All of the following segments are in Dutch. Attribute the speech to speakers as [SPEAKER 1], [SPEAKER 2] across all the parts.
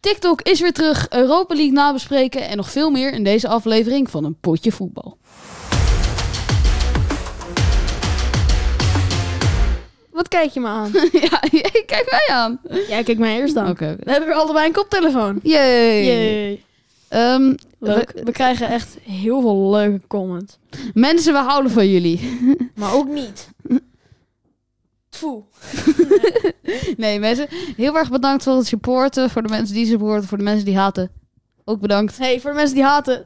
[SPEAKER 1] TikTok is weer terug, Europa League nabespreken en nog veel meer in deze aflevering van een potje voetbal.
[SPEAKER 2] Wat kijk je me aan?
[SPEAKER 1] ja, jij kijk mij aan. Oké,
[SPEAKER 2] Jij kijkt mij eerst aan.
[SPEAKER 1] oké.
[SPEAKER 2] We hebben weer allebei een koptelefoon.
[SPEAKER 1] Yay.
[SPEAKER 2] Yay.
[SPEAKER 1] Ehm,
[SPEAKER 2] Leuk. We krijgen echt heel veel leuke comments.
[SPEAKER 1] we- mensen, we houden van jullie.
[SPEAKER 2] Maar ook niet. Tfoe.
[SPEAKER 1] Nee, mensen, heel erg bedankt voor het supporten, voor de mensen die supporten, voor de mensen die haten. Ook bedankt.
[SPEAKER 2] Hey, voor de mensen die haten.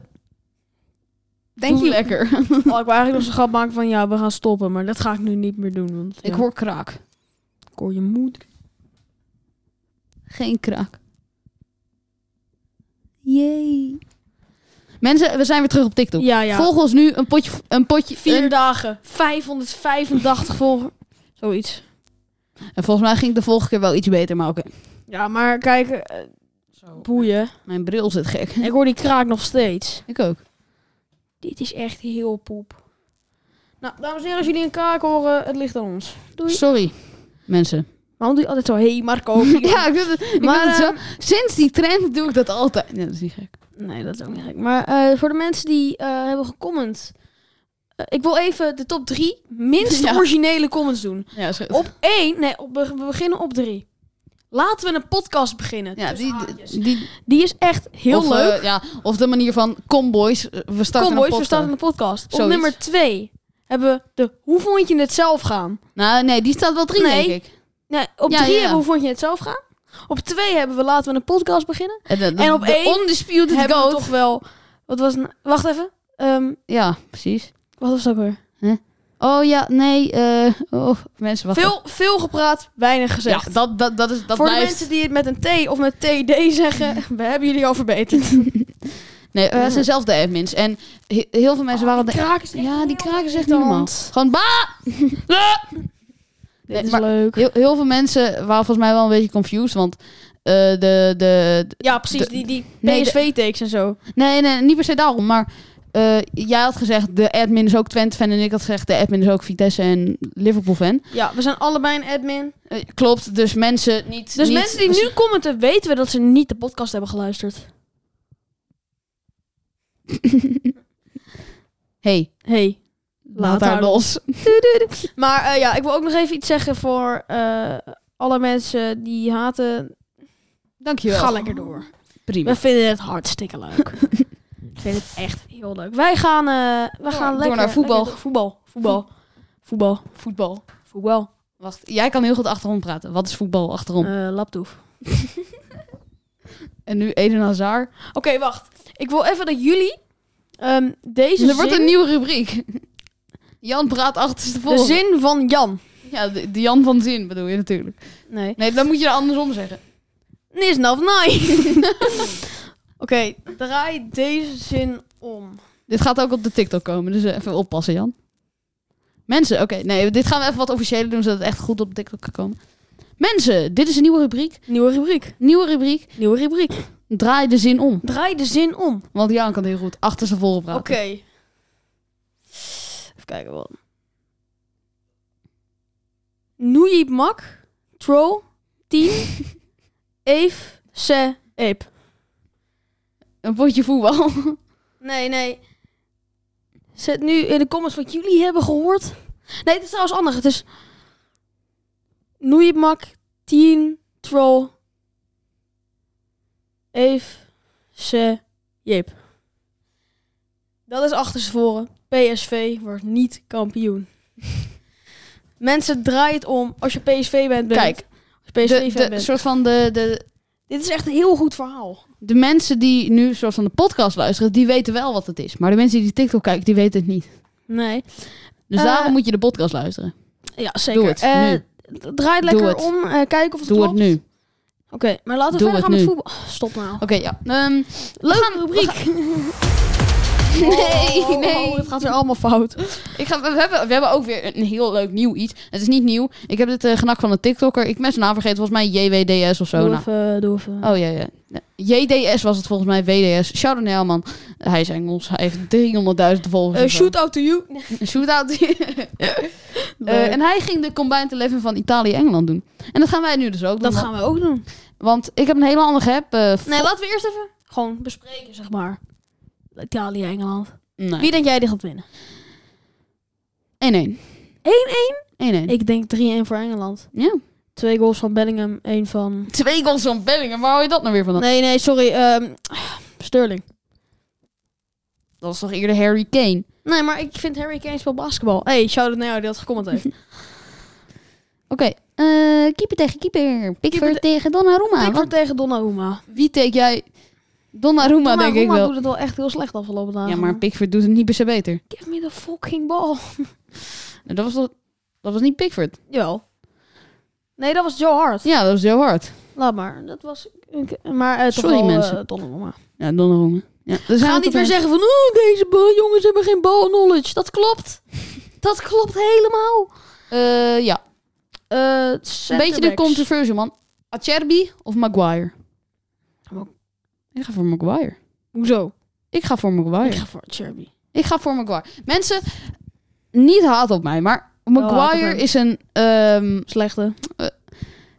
[SPEAKER 2] Denk
[SPEAKER 1] Doe
[SPEAKER 2] je
[SPEAKER 1] lekker.
[SPEAKER 2] Oh, ik wil eigenlijk nog zo'n grap maken van ja, we gaan stoppen. Maar dat ga ik nu niet meer doen. Want
[SPEAKER 1] Ik
[SPEAKER 2] ja,
[SPEAKER 1] hoor kraak.
[SPEAKER 2] ik hoor je moeder.
[SPEAKER 1] Geen kraak. Jee. Mensen, we zijn weer terug op TikTok.
[SPEAKER 2] Ja, ja.
[SPEAKER 1] Volg ons nu een potje, een potje,
[SPEAKER 2] Vier
[SPEAKER 1] een-
[SPEAKER 2] dagen. 585 volgers. Zoiets.
[SPEAKER 1] En volgens mij ging het de volgende keer wel iets beter, maar oké.
[SPEAKER 2] Ja, maar kijk, eh, boeien.
[SPEAKER 1] Mijn bril zit gek.
[SPEAKER 2] Ik hoor die kraak nog steeds.
[SPEAKER 1] Ik ook.
[SPEAKER 2] Dit is echt heel poep. Nou, dames en heren, als jullie een kraak horen, het ligt aan ons. Doei.
[SPEAKER 1] Sorry, mensen.
[SPEAKER 2] Waarom doe je altijd zo, hey Marco?
[SPEAKER 1] Ja, eh, ik doe het, ik
[SPEAKER 2] Maar,
[SPEAKER 1] doe het
[SPEAKER 2] ehm,
[SPEAKER 1] zo. Sinds die trend doe ik dat altijd. Nee, dat is niet gek.
[SPEAKER 2] Nee, dat is ook niet gek. Maar eh, voor de mensen die eh, hebben gecomment. eh, ik wil even de top drie minst
[SPEAKER 1] Ja.
[SPEAKER 2] originele comments doen.
[SPEAKER 1] Ja, is goed.
[SPEAKER 2] Op één, nee, op, we beginnen op drie. Laten we een podcast beginnen.
[SPEAKER 1] ja,
[SPEAKER 2] tussen
[SPEAKER 1] die,
[SPEAKER 2] haakjes.
[SPEAKER 1] die, die-
[SPEAKER 2] die is echt heel
[SPEAKER 1] of,
[SPEAKER 2] leuk.
[SPEAKER 1] eh, ja, of de manier van Comboys. eh, We starten
[SPEAKER 2] Kom boys,
[SPEAKER 1] een
[SPEAKER 2] we starten
[SPEAKER 1] podcast.
[SPEAKER 2] een podcast. Op
[SPEAKER 1] Zoiets.
[SPEAKER 2] nummer twee hebben we de Hoe vond je het zelf gaan?
[SPEAKER 1] Nou, nee, die staat wel drie,
[SPEAKER 2] Nee.
[SPEAKER 1] denk ik.
[SPEAKER 2] Nee, op
[SPEAKER 1] Ja, ja,
[SPEAKER 2] drie
[SPEAKER 1] ja.
[SPEAKER 2] hebben we Hoe vond je het zelf gaan? Op twee hebben we Laten we een podcast beginnen.
[SPEAKER 1] En, de, de-
[SPEAKER 2] En op
[SPEAKER 1] de
[SPEAKER 2] één
[SPEAKER 1] Undisputed
[SPEAKER 2] hebben
[SPEAKER 1] Goat.
[SPEAKER 2] we toch wel... Wat was het nou? Wacht even. Ehm,
[SPEAKER 1] Ja, precies.
[SPEAKER 2] wat was dat ook weer?
[SPEAKER 1] Oh ja, nee. eh, oh, mensen, wacht.
[SPEAKER 2] Veel, veel gepraat, weinig
[SPEAKER 1] Ja,
[SPEAKER 2] gezegd.
[SPEAKER 1] dat, dat, dat, is, dat
[SPEAKER 2] Voor de
[SPEAKER 1] blijft...
[SPEAKER 2] mensen die het met een T of met TD zeggen, we hebben jullie al verbeterd.
[SPEAKER 1] Nee, wij zijn zelf de admins. En he- heel veel mensen waren... de-
[SPEAKER 2] kraak Oh, is
[SPEAKER 1] ja, die kraken zegt
[SPEAKER 2] irritant.
[SPEAKER 1] normaal. Gewoon ba!
[SPEAKER 2] Dit is
[SPEAKER 1] maar-
[SPEAKER 2] leuk.
[SPEAKER 1] Heel, heel veel mensen waren volgens mij wel een beetje confused, want eh, de, de, de-
[SPEAKER 2] Ja, precies,
[SPEAKER 1] De-
[SPEAKER 2] die, die
[SPEAKER 1] nee, de-
[SPEAKER 2] PSV-takes en zo.
[SPEAKER 1] Nee, nee, niet per se daarom, maar eh, jij had gezegd de admin is ook Twente-fan en ik had gezegd de admin is ook Vitesse en Liverpool-fan.
[SPEAKER 2] Ja, we zijn allebei een admin.
[SPEAKER 1] Eh, klopt, dus mensen niet...
[SPEAKER 2] Dus
[SPEAKER 1] niet-
[SPEAKER 2] mensen die nu commenten, weten we dat ze niet de podcast hebben geluisterd.
[SPEAKER 1] hey,
[SPEAKER 2] Hey.
[SPEAKER 1] laat haar
[SPEAKER 2] haar
[SPEAKER 1] los.
[SPEAKER 2] Maar eh, ja, ik wil ook nog even iets zeggen voor eh, alle mensen die haten.
[SPEAKER 1] Dankjewel.
[SPEAKER 2] Ga lekker door.
[SPEAKER 1] Prima.
[SPEAKER 2] We vinden het hartstikke leuk. Ik vind het echt heel leuk. Wij gaan, eh wij
[SPEAKER 1] Door-
[SPEAKER 2] gaan
[SPEAKER 1] door
[SPEAKER 2] lekker
[SPEAKER 1] naar voetbal.
[SPEAKER 2] lekker door. voetbal. Voetbal. Voetbal.
[SPEAKER 1] Voetbal.
[SPEAKER 2] Voetbal.
[SPEAKER 1] Wacht, jij kan heel goed achterom praten. Wat is voetbal achterom?
[SPEAKER 2] Eh, laptoef.
[SPEAKER 1] En nu Eden Hazard.
[SPEAKER 2] Oké, wacht. Ik wil even dat jullie ehm, deze
[SPEAKER 1] Er wordt
[SPEAKER 2] zin,
[SPEAKER 1] een nieuwe rubriek. Jan praat
[SPEAKER 2] de
[SPEAKER 1] achterstevoren.
[SPEAKER 2] zin van Jan.
[SPEAKER 1] Ja, de, de Jan van Zin bedoel je natuurlijk.
[SPEAKER 2] Nee.
[SPEAKER 1] Nee, dan moet je er andersom zeggen.
[SPEAKER 2] Nis of nee. Oké, draai deze zin om.
[SPEAKER 1] Dit gaat ook op de TikTok komen, dus eh, even oppassen, Jan. Mensen, oké, nee, dit gaan we even wat officiëler doen, zodat het echt goed op TikTok kan komen. Mensen, dit is een nieuwe rubriek.
[SPEAKER 2] Nieuwe rubriek.
[SPEAKER 1] Nieuwe rubriek,
[SPEAKER 2] Nieuwe rubriek.
[SPEAKER 1] draai de zin om.
[SPEAKER 2] Draai de zin om.
[SPEAKER 1] Want Jan kan heel goed achter zijn voren praten.
[SPEAKER 2] Oké. Even kijken wat. Noejiep Mak, Troll, Tien, Eef, Se, Eep.
[SPEAKER 1] Een potje voetbal.
[SPEAKER 2] Nee, nee. Zet nu in de comments wat jullie hebben gehoord. Nee, het is trouwens anders. Het is Noejiep Mak, Tien, Troll, Eef, Se, Jeep. Dat is achterstevoren. PSV wordt niet kampioen. Mensen, draai het om als je PSV bent. bent.
[SPEAKER 1] Kijk,
[SPEAKER 2] Als je PSV
[SPEAKER 1] de,
[SPEAKER 2] fan
[SPEAKER 1] de,
[SPEAKER 2] bent.
[SPEAKER 1] soort van de, de,
[SPEAKER 2] Dit is echt een heel goed verhaal.
[SPEAKER 1] de mensen die nu soort van de podcast luisteren, die weten wel wat het is. Maar de mensen die TikTok kijken, die weten het niet.
[SPEAKER 2] Nee.
[SPEAKER 1] Dus
[SPEAKER 2] Eh,
[SPEAKER 1] daarom moet je de podcast luisteren.
[SPEAKER 2] Ja, zeker.
[SPEAKER 1] Doe het,
[SPEAKER 2] Eh,
[SPEAKER 1] nu.
[SPEAKER 2] d- draai het lekker
[SPEAKER 1] het.
[SPEAKER 2] om. eh kijk of het
[SPEAKER 1] Doe
[SPEAKER 2] klopt.
[SPEAKER 1] het nu. Oké,
[SPEAKER 2] Oké, maar laten we
[SPEAKER 1] Doe
[SPEAKER 2] verder gaan
[SPEAKER 1] het
[SPEAKER 2] met
[SPEAKER 1] nu.
[SPEAKER 2] voetbal. Stop nou.
[SPEAKER 1] ja. Ehm, leuk rubriek. Nee,
[SPEAKER 2] Oh, oh, oh,
[SPEAKER 1] nee.
[SPEAKER 2] het gaat weer allemaal fout.
[SPEAKER 1] Ik ga, we, hebben, we hebben ook weer een heel leuk nieuw iets. Het is niet nieuw. Ik heb dit eh genakt van een TikToker. Ik ben zijn naam vergeten. Volgens mij JWDS of zo.
[SPEAKER 2] doe
[SPEAKER 1] Nou.
[SPEAKER 2] even, doe even.
[SPEAKER 1] Oh ja, ja. JDS was het volgens mij. WDS. Shout out naar Helman. Hij is Engels. Hij heeft 300.000 volgers.
[SPEAKER 2] Eh,
[SPEAKER 1] of zo.
[SPEAKER 2] shoot out to you.
[SPEAKER 1] Een shootout. Eh,
[SPEAKER 2] Eh,
[SPEAKER 1] en hij ging de Combined Eleven van Italië-Engeland doen. En dat gaan wij nu dus ook doen.
[SPEAKER 2] dat gaan we ook doen.
[SPEAKER 1] want- Want ik heb een hele andere eh, heb.
[SPEAKER 2] Nee, laten we eerst even gewoon bespreken, zeg maar. Italië, Engeland.
[SPEAKER 1] nee.
[SPEAKER 2] Wie denk jij die gaat winnen?
[SPEAKER 1] 1-1. 1-1.
[SPEAKER 2] Ik denk 3-1 voor Engeland.
[SPEAKER 1] Ja.
[SPEAKER 2] Twee goals van Bellingham, één van...
[SPEAKER 1] Twee goals van Bellingham. Waar hou je dat nou weer van?
[SPEAKER 2] Nee, nee, sorry. ehm, Sterling.
[SPEAKER 1] Dat was toch eerder Harry Kane?
[SPEAKER 2] Nee, maar ik vind Harry Kane speelt basketbal. hey, shout-out naar jou die dat gecomment heeft.
[SPEAKER 1] Oké. eh, keeper tegen keeper. Pickford
[SPEAKER 2] Keeper te-
[SPEAKER 1] tegen Donnarumma.
[SPEAKER 2] Ik word
[SPEAKER 1] Wat-
[SPEAKER 2] tegen Donnarumma.
[SPEAKER 1] Wie take jij? Donnarumma, denk ik
[SPEAKER 2] Donnarumma
[SPEAKER 1] wel.
[SPEAKER 2] doet het wel echt heel slecht afgelopen dagen.
[SPEAKER 1] Ja, maar Pickford doet het niet per se beter. Nou,
[SPEAKER 2] Give me the fucking ball.
[SPEAKER 1] Dat was, toch- dat was niet Pickford.
[SPEAKER 2] Jawel. Nee, dat was Joe Hart.
[SPEAKER 1] Ja, dat was heel hard.
[SPEAKER 2] Laat maar. Dat was... ik- Maar eh, toch
[SPEAKER 1] Sorry,
[SPEAKER 2] wel, eh,
[SPEAKER 1] mensen.
[SPEAKER 2] Donnarumma.
[SPEAKER 1] Ja, Donnarumma. Ja, dus
[SPEAKER 2] Ga niet weer zeggen van... Oh, deze bo- jongens hebben geen ball knowledge. Dat klopt. dat klopt helemaal.
[SPEAKER 1] ja,
[SPEAKER 2] Eh
[SPEAKER 1] een beetje de controversie, man. Acerbi of Maguire?
[SPEAKER 2] Maar-
[SPEAKER 1] Ik ga voor Maguire.
[SPEAKER 2] Hoezo? Oh
[SPEAKER 1] Ik ga voor Maguire.
[SPEAKER 2] Ik ga voor Cherby.
[SPEAKER 1] Ik ga voor Maguire. Mensen, niet haat op mij, maar
[SPEAKER 2] Oh, haat op
[SPEAKER 1] Maguire
[SPEAKER 2] hem.
[SPEAKER 1] is een... ehm,
[SPEAKER 2] Slechte.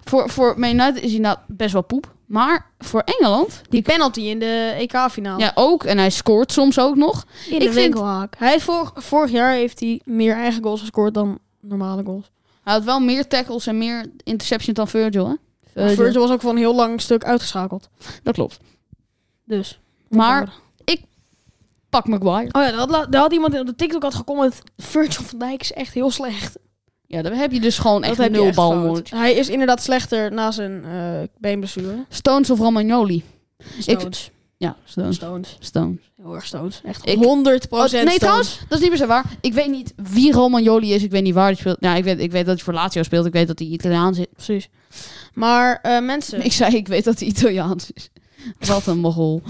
[SPEAKER 1] voor, voor Man United is hij nou best wel poep. Maar voor Engeland,
[SPEAKER 2] Die penalty in de EK-finale.
[SPEAKER 1] ja ook. En hij scoort soms ook nog.
[SPEAKER 2] In
[SPEAKER 1] Ik vind-
[SPEAKER 2] winkelhaak. Hij heeft vorig, vorig jaar heeft hij meer eigen goals gescoord dan normale goals.
[SPEAKER 1] Hij had wel meer tackles en meer interceptions dan Virgil, hè?
[SPEAKER 2] Virgil was ook van een heel lang stuk uitgeschakeld.
[SPEAKER 1] Dat klopt.
[SPEAKER 2] Dus.
[SPEAKER 1] Maar- Pak Maguire.
[SPEAKER 2] Oh ja, daar had, la- daar had iemand op de TikTok had gecomment. Virgil van Dijk is echt heel slecht.
[SPEAKER 1] Ja, dan heb je dus gewoon echt
[SPEAKER 2] dat heb je
[SPEAKER 1] nul
[SPEAKER 2] echt
[SPEAKER 1] bal.
[SPEAKER 2] fout.
[SPEAKER 1] nodig.
[SPEAKER 2] Hij is inderdaad slechter na zijn eh beenblessure.
[SPEAKER 1] Stones of Romagnoli?
[SPEAKER 2] Stones.
[SPEAKER 1] Ja, Stones.
[SPEAKER 2] Stones.
[SPEAKER 1] Stones.
[SPEAKER 2] Heel erg Stones. Echt
[SPEAKER 1] Ik-
[SPEAKER 2] 100
[SPEAKER 1] Oh, nee,
[SPEAKER 2] procent
[SPEAKER 1] trouwens, dat is niet meer zo waar. Ik weet niet wie Romagnoli is. Ik weet niet waar hij speelt. Nou, ik weet, ik weet dat hij voor Lazio speelt. Ik weet dat hij Italiaans is.
[SPEAKER 2] Precies. Maar eh, mensen,
[SPEAKER 1] Ik zei, ik weet dat hij Italiaans is. Wat een mogol.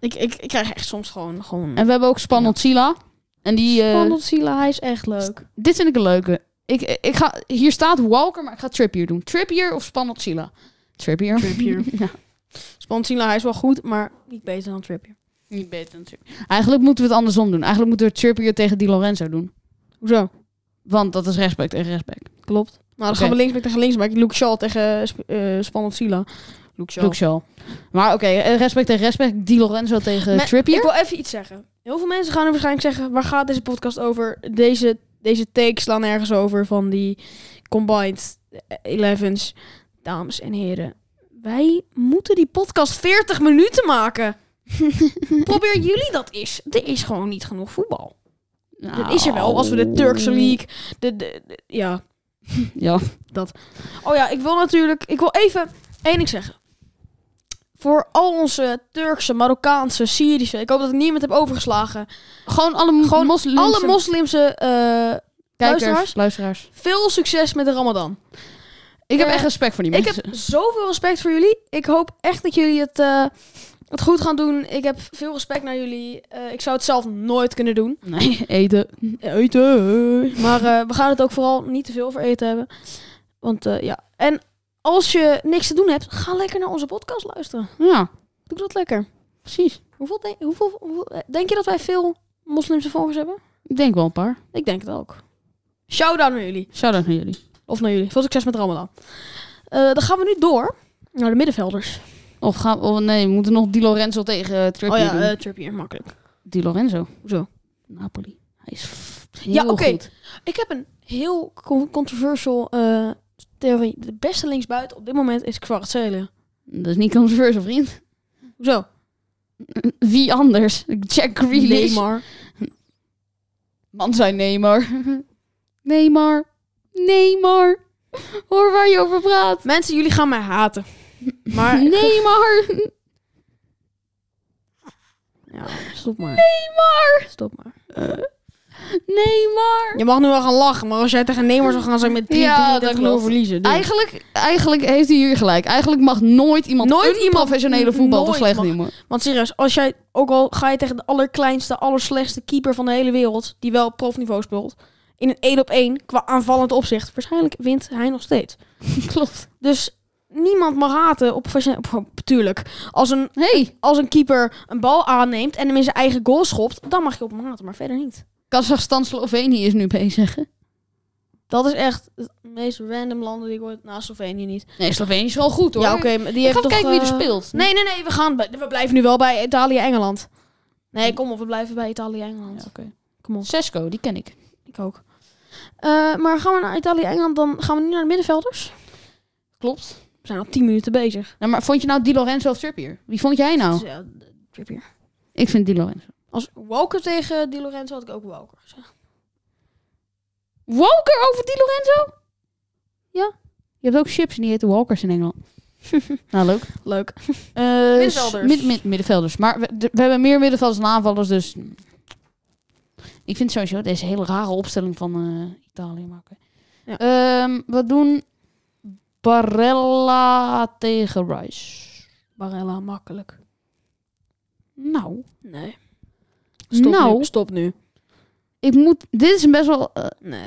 [SPEAKER 2] ik, ik, ik krijg echt soms gewoon... gewoon...
[SPEAKER 1] En we hebben ook Spannend Sila. En die... eh,
[SPEAKER 2] Spannend, Sila, hij is echt leuk.
[SPEAKER 1] Dit vind ik een leuke. Ik, ik ga, hier staat Walker, maar ik ga Trippier doen. Trippier of Spannend Sila? Trippier.
[SPEAKER 2] Trippier.
[SPEAKER 1] ja.
[SPEAKER 2] Spannend, Sila, hij is wel goed, maar niet beter dan Trippier.
[SPEAKER 1] Niet beter dan Trippier. Eigenlijk moeten we het andersom doen. Eigenlijk moeten we Trippier tegen Di Lorenzo doen.
[SPEAKER 2] Hoezo?
[SPEAKER 1] Want dat is respect en respect.
[SPEAKER 2] Klopt. Nou, dan
[SPEAKER 1] Oké.
[SPEAKER 2] gaan we linksback tegen linksback. Luke Shaw tegen eh, Sp- eh, Spannend Sila. Luke Shaw.
[SPEAKER 1] Luke Shaw. Maar oké, eh, respect tegen respect. Di Lorenzo tegen
[SPEAKER 2] Me-
[SPEAKER 1] Trippier.
[SPEAKER 2] Ik wil even iets zeggen. Heel veel mensen gaan er waarschijnlijk zeggen... waar gaat deze podcast over? Deze, deze takes slaan ergens over van die combined eh, elevens. Dames en heren, wij moeten die podcast 40 minuten maken. Probeer jullie dat eens. Er is gewoon niet genoeg voetbal. Dat is er wel, als we
[SPEAKER 1] Nou.
[SPEAKER 2] de Turkse League... De, de, de- ja.
[SPEAKER 1] Ja.
[SPEAKER 2] Oh ja, ik wil natuurlijk... Ik wil even één ding zeggen. Voor al onze Turkse, Marokkaanse, Syrische... Ik hoop dat ik niemand heb overgeslagen.
[SPEAKER 1] Gewoon alle,
[SPEAKER 2] Gewoon
[SPEAKER 1] moslims,
[SPEAKER 2] alle moslimse eh,
[SPEAKER 1] kijkers,
[SPEAKER 2] luisteraars.
[SPEAKER 1] luisteraars.
[SPEAKER 2] veel succes met de Ramadan.
[SPEAKER 1] Ik heb
[SPEAKER 2] Eh,
[SPEAKER 1] echt respect voor die
[SPEAKER 2] Ik
[SPEAKER 1] mensen.
[SPEAKER 2] heb zoveel respect voor jullie. Ik hoop echt dat jullie het, eh, het goed gaan doen. Ik heb veel respect naar jullie. Eh, ik zou het zelf nooit kunnen doen.
[SPEAKER 1] Nee, eten.
[SPEAKER 2] Eten. Maar eh, we gaan het ook vooral niet te veel over eten hebben. Want eh, ja. En als je niks te doen hebt, ga lekker naar onze podcast luisteren.
[SPEAKER 1] Ja,
[SPEAKER 2] Doe dat lekker.
[SPEAKER 1] precies.
[SPEAKER 2] Hoeveel denk, hoeveel, hoeveel- eh, denk je dat wij veel moslimse volgers hebben?
[SPEAKER 1] Ik denk wel een paar.
[SPEAKER 2] Ik denk het ook. Shout-out naar jullie.
[SPEAKER 1] Shout-out naar jullie.
[SPEAKER 2] Of naar jullie. Veel succes met Ramadan. Eh, dan gaan we nu door naar de middenvelders.
[SPEAKER 1] Of gaan oh nee, we moeten nog Di Lorenzo tegen eh, Trippier
[SPEAKER 2] oh ja,
[SPEAKER 1] doen.
[SPEAKER 2] eh Trippier, makkelijk.
[SPEAKER 1] Di Lorenzo.
[SPEAKER 2] Hoezo?
[SPEAKER 1] Napoli. Hij is f- heel
[SPEAKER 2] Ja, oké.
[SPEAKER 1] goed.
[SPEAKER 2] Ik heb een heel con- controversial eh, theorie. De beste linksbuiten op dit moment is Kvaratskhelia.
[SPEAKER 1] Dat is niet controversial, vriend.
[SPEAKER 2] Hoezo?
[SPEAKER 1] Wie anders? Jack Grealish.
[SPEAKER 2] Neymar.
[SPEAKER 1] Man zijn Neymar. Neymar. Neymar. Hoor waar je over praat.
[SPEAKER 2] Mensen, jullie gaan mij haten. Maar...
[SPEAKER 1] Neymar.
[SPEAKER 2] Ja, stop maar.
[SPEAKER 1] Neymar.
[SPEAKER 2] Stop maar.
[SPEAKER 1] Neymar.
[SPEAKER 2] Je mag nu wel gaan lachen, maar als jij tegen Neymar zou gaan, zou je met 3
[SPEAKER 1] Ja,
[SPEAKER 2] ja,
[SPEAKER 1] dat
[SPEAKER 2] 3
[SPEAKER 1] klopt.
[SPEAKER 2] verliezen. Dus.
[SPEAKER 1] Eigenlijk, eigenlijk heeft hij hier gelijk. Eigenlijk mag nooit iemand
[SPEAKER 2] Nooit
[SPEAKER 1] een
[SPEAKER 2] iemand-
[SPEAKER 1] professionele voetballer
[SPEAKER 2] nooit
[SPEAKER 1] slecht
[SPEAKER 2] mag-
[SPEAKER 1] nemen.
[SPEAKER 2] Want serieus, als jij, ook al ga je tegen de allerkleinste, allerslechtste keeper van de hele wereld, die wel op profniveau speelt, in een 1 op 1 qua aanvallend opzicht, waarschijnlijk wint hij nog steeds.
[SPEAKER 1] Klopt.
[SPEAKER 2] Dus niemand mag haten op, op, op- tuurlijk. Als een,
[SPEAKER 1] Hey,
[SPEAKER 2] als een keeper een bal aanneemt en hem in zijn eigen goal schopt, dan mag je op hem haten, maar verder niet.
[SPEAKER 1] Kazachstan-Slovenië is nu bezig. hè?
[SPEAKER 2] Dat is echt het meest random landen die ik ooit... Na Slovenië niet.
[SPEAKER 1] Nee, Slovenië is wel goed hoor.
[SPEAKER 2] Ja, oké. maar
[SPEAKER 1] Ik
[SPEAKER 2] die heeft
[SPEAKER 1] ga even
[SPEAKER 2] toch,
[SPEAKER 1] kijken wie er
[SPEAKER 2] eh,
[SPEAKER 1] speelt.
[SPEAKER 2] Nee, nee, nee. We, gaan bij- we blijven nu wel bij Italië-Engeland. Nee, kom op. We blijven bij Italië-Engeland.
[SPEAKER 1] Ja, oké.
[SPEAKER 2] Kom op.
[SPEAKER 1] Sesco, die ken ik.
[SPEAKER 2] Ik ook. Eh, maar gaan we naar Italië-Engeland, dan gaan we nu naar de middenvelders.
[SPEAKER 1] Klopt.
[SPEAKER 2] We zijn al 10 minuten bezig.
[SPEAKER 1] Nou, maar vond je nou Di Lorenzo of Trippier? Wie vond jij nou?
[SPEAKER 2] Dus, ja, Trippier.
[SPEAKER 1] Ik vind Di Lorenzo.
[SPEAKER 2] Als Walker tegen Di Lorenzo had ik ook Walker gezegd.
[SPEAKER 1] Walker over Di Lorenzo?
[SPEAKER 2] Ja.
[SPEAKER 1] Je hebt ook chips en die heten Walkers in Engeland. nou, leuk.
[SPEAKER 2] Leuk.
[SPEAKER 1] Eh,
[SPEAKER 2] Middenvelders.
[SPEAKER 1] mid- mid- middenvelders. Maar we, de- we hebben meer middenvelders dan aanvallers, dus... Ik vind sowieso deze hele rare opstelling van eh, Italië maken.
[SPEAKER 2] Ja.
[SPEAKER 1] wat doen Barella tegen Rice?
[SPEAKER 2] Barella, makkelijk.
[SPEAKER 1] Nou,
[SPEAKER 2] Nee. Stop
[SPEAKER 1] Nou.
[SPEAKER 2] nu. Stop nu.
[SPEAKER 1] ik moet... Dit is een best wel... eh,
[SPEAKER 2] Nee.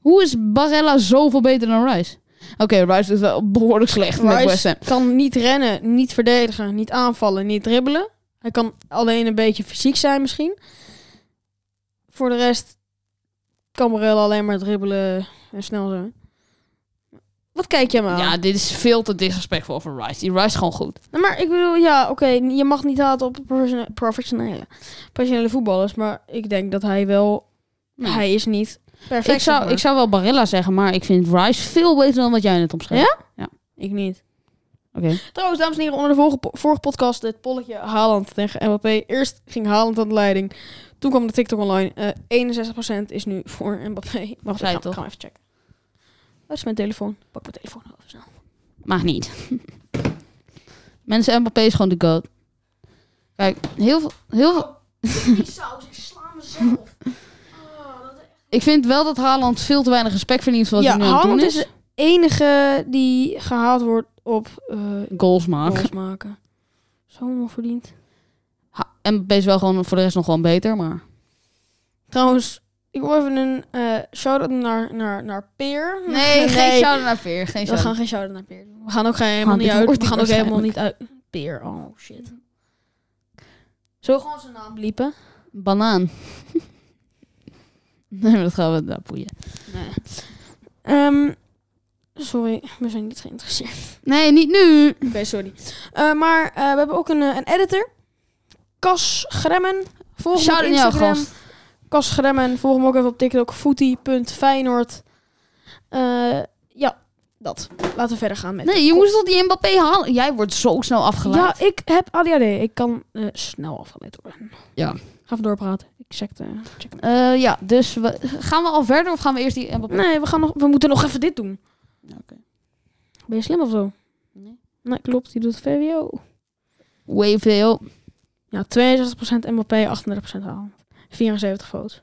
[SPEAKER 1] hoe is Barella zoveel beter dan Rice? Oké, Rice doet wel behoorlijk slecht met West Ham.
[SPEAKER 2] Rice kan niet rennen, niet verdedigen, niet aanvallen, niet dribbelen. Hij kan alleen een beetje fysiek zijn misschien. Voor de rest kan Barella alleen maar dribbelen en snel zijn. Wat kijk jij maar aan?
[SPEAKER 1] Ja, dit is veel te disrespectvol voor Rice. Die Rice is gewoon goed.
[SPEAKER 2] Nou, Maar ik bedoel, ja, oké, je mag niet haten op professione- professionele, professionele voetballers. Maar ik denk dat hij wel...
[SPEAKER 1] Nee.
[SPEAKER 2] Hij is niet perfect.
[SPEAKER 1] ik, zou,
[SPEAKER 2] zeg
[SPEAKER 1] ik
[SPEAKER 2] maar.
[SPEAKER 1] zou wel Barella zeggen, maar ik vind Rice veel beter dan wat jij net omschreef.
[SPEAKER 2] Ja? ik niet.
[SPEAKER 1] Oké.
[SPEAKER 2] Trouwens, dames en heren, onder de vorige, po- vorige podcast het polletje Haaland tegen Mbappé. Eerst ging Haaland aan de leiding. Toen kwam de TikTok online. Eh 61% is nu voor Mbappé. Wacht,
[SPEAKER 1] Zei
[SPEAKER 2] ik ga,
[SPEAKER 1] toch?
[SPEAKER 2] ik ga even checken. Waar is mijn telefoon? Pak mijn telefoon nou even snel.
[SPEAKER 1] Maakt niet. Mensen, Mbappé is gewoon de goat. Kijk, heel veel... Heel veel
[SPEAKER 2] Die saus, ik sla mezelf.
[SPEAKER 1] ik vind wel dat Haaland veel te weinig respect verdient voor wat
[SPEAKER 2] ja,
[SPEAKER 1] hij nu aan het
[SPEAKER 2] Haaland
[SPEAKER 1] doen
[SPEAKER 2] is
[SPEAKER 1] is.
[SPEAKER 2] de enige die gehaald wordt op eh
[SPEAKER 1] Goals maken.
[SPEAKER 2] goals maken. Zo onverdiend.
[SPEAKER 1] Ha- Mbappé is wel gewoon voor de rest nog gewoon beter, maar...
[SPEAKER 2] Trouwens, ik wil even een eh shout-out naar, naar, naar Peer.
[SPEAKER 1] shout naar Veer. Geen
[SPEAKER 2] We gaan geen shout-out naar Peer doen. We gaan ook geen- helemaal
[SPEAKER 1] Ah,
[SPEAKER 2] niet
[SPEAKER 1] dit
[SPEAKER 2] uit.
[SPEAKER 1] wordt
[SPEAKER 2] We gaan ook
[SPEAKER 1] niet
[SPEAKER 2] helemaal niet uit. Peer, oh shit. Zo gewoon zijn naam liepen.
[SPEAKER 1] Banaan. nee, maar dat gaan we daar poeien.
[SPEAKER 2] Nee. Ehm, sorry, we zijn niet geïnteresseerd.
[SPEAKER 1] Nee, niet nu.
[SPEAKER 2] Oké, sorry. Eh, maar eh, we hebben ook een, eh, een editor. Cas Gremmen. Volg hem op
[SPEAKER 1] Shout-out naar jouw
[SPEAKER 2] Instagram.
[SPEAKER 1] gast.
[SPEAKER 2] Cas Gremmen. Volg hem ook even op TikTok. Footy.feyenoord. Eh ja, dat. Laten we verder gaan met...
[SPEAKER 1] Nee, je moest toch die Mbappé halen? Jij wordt zo snel afgeleid.
[SPEAKER 2] Ja, ik heb ADHD. Ik kan eh, snel afgeleid worden.
[SPEAKER 1] Ja.
[SPEAKER 2] Ga even doorpraten. Ik check de... Check hem.
[SPEAKER 1] Eh, ja, dus we, gaan we al verder of gaan we eerst die Mbappé?
[SPEAKER 2] Nee, we, gaan nog, we moeten nog even dit doen.
[SPEAKER 1] Oké.
[SPEAKER 2] Ben je slim of zo?
[SPEAKER 1] Nee.
[SPEAKER 2] Nee, klopt. Die doet VWO.
[SPEAKER 1] Way veel.
[SPEAKER 2] Ja, 62% Mbappé, 38% Haaland. 74 votes.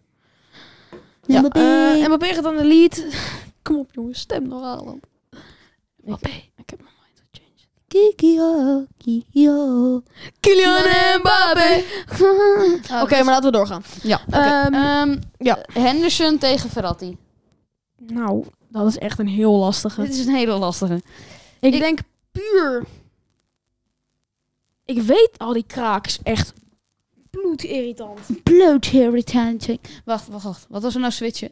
[SPEAKER 2] Ja,
[SPEAKER 1] Mbappé.
[SPEAKER 2] eh, Mbappé gaat aan de lead. Kom op jongens, stem nog Haaland. Mbappé. Ik heb mijn mind gechanged.
[SPEAKER 1] Kikio, kikio.
[SPEAKER 2] Kylian Mbappé. Oké, maar laten we doorgaan.
[SPEAKER 1] Ja,
[SPEAKER 2] Ehm,
[SPEAKER 1] Ehm,
[SPEAKER 2] ja.
[SPEAKER 1] Henderson tegen Verratti.
[SPEAKER 2] nou, dat is echt een heel lastige.
[SPEAKER 1] Dit is een hele lastige.
[SPEAKER 2] Dus Ik,
[SPEAKER 1] Ik-
[SPEAKER 2] denk puur. Ik weet al die kraaks echt bloedirritant.
[SPEAKER 1] Bloot irritating. Wacht, wacht, wacht. Wat was er nou switchen?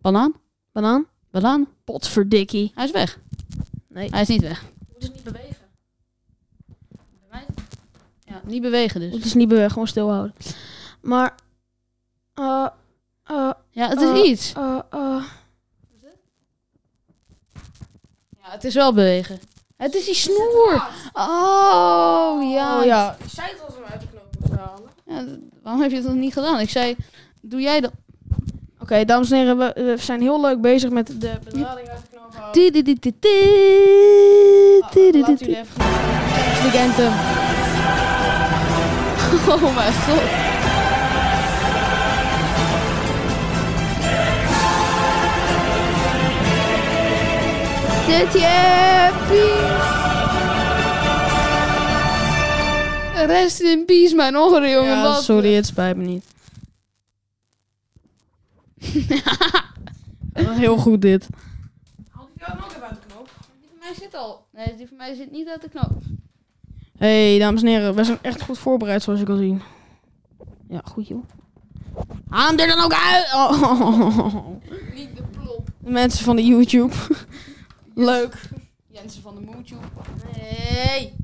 [SPEAKER 1] Banaan?
[SPEAKER 2] Banaan?
[SPEAKER 1] Banaan?
[SPEAKER 2] Potverdikkie.
[SPEAKER 1] Hij is weg.
[SPEAKER 2] Nee.
[SPEAKER 1] Hij is niet weg.
[SPEAKER 2] Moet dus niet bewegen.
[SPEAKER 1] Ja, niet bewegen dus.
[SPEAKER 2] Moet dus niet bewegen, gewoon stilhouden. Maar. eh eh
[SPEAKER 1] Ja, het is
[SPEAKER 2] Eh,
[SPEAKER 1] iets.
[SPEAKER 2] eh eh
[SPEAKER 1] Ja, het is wel bewegen. Het is die snoer. Oh, ja.
[SPEAKER 2] oh ja. Ik zei het als we hem uit de knoop moeten halen.
[SPEAKER 1] Ja, d- waarom heb je dat niet gedaan? Ik zei, doe jij dat?
[SPEAKER 2] Oh. Oké, dames en heren, we, we zijn heel leuk bezig met de bedrading uit de knoop halen. Ah, laat jullie even gaan. De anthem.
[SPEAKER 1] Oh mijn god. Dit je Rest in peace, mijn oren, jongen.
[SPEAKER 2] Ja,
[SPEAKER 1] wat?
[SPEAKER 2] sorry, het spijt me niet. heel goed dit. Haal die ook even uit de knoop.
[SPEAKER 1] Die van mij zit al. Nee, die van mij zit niet uit de knop.
[SPEAKER 2] Hey, dames en heren, we zijn echt goed voorbereid, zoals je kan zien. Ja, goed joh. Haal hem er dan ook uit! Oh.
[SPEAKER 1] Niet de plop.
[SPEAKER 2] De mensen van de YouTube. Leuk.
[SPEAKER 1] Jensen van de YouTube. Nee.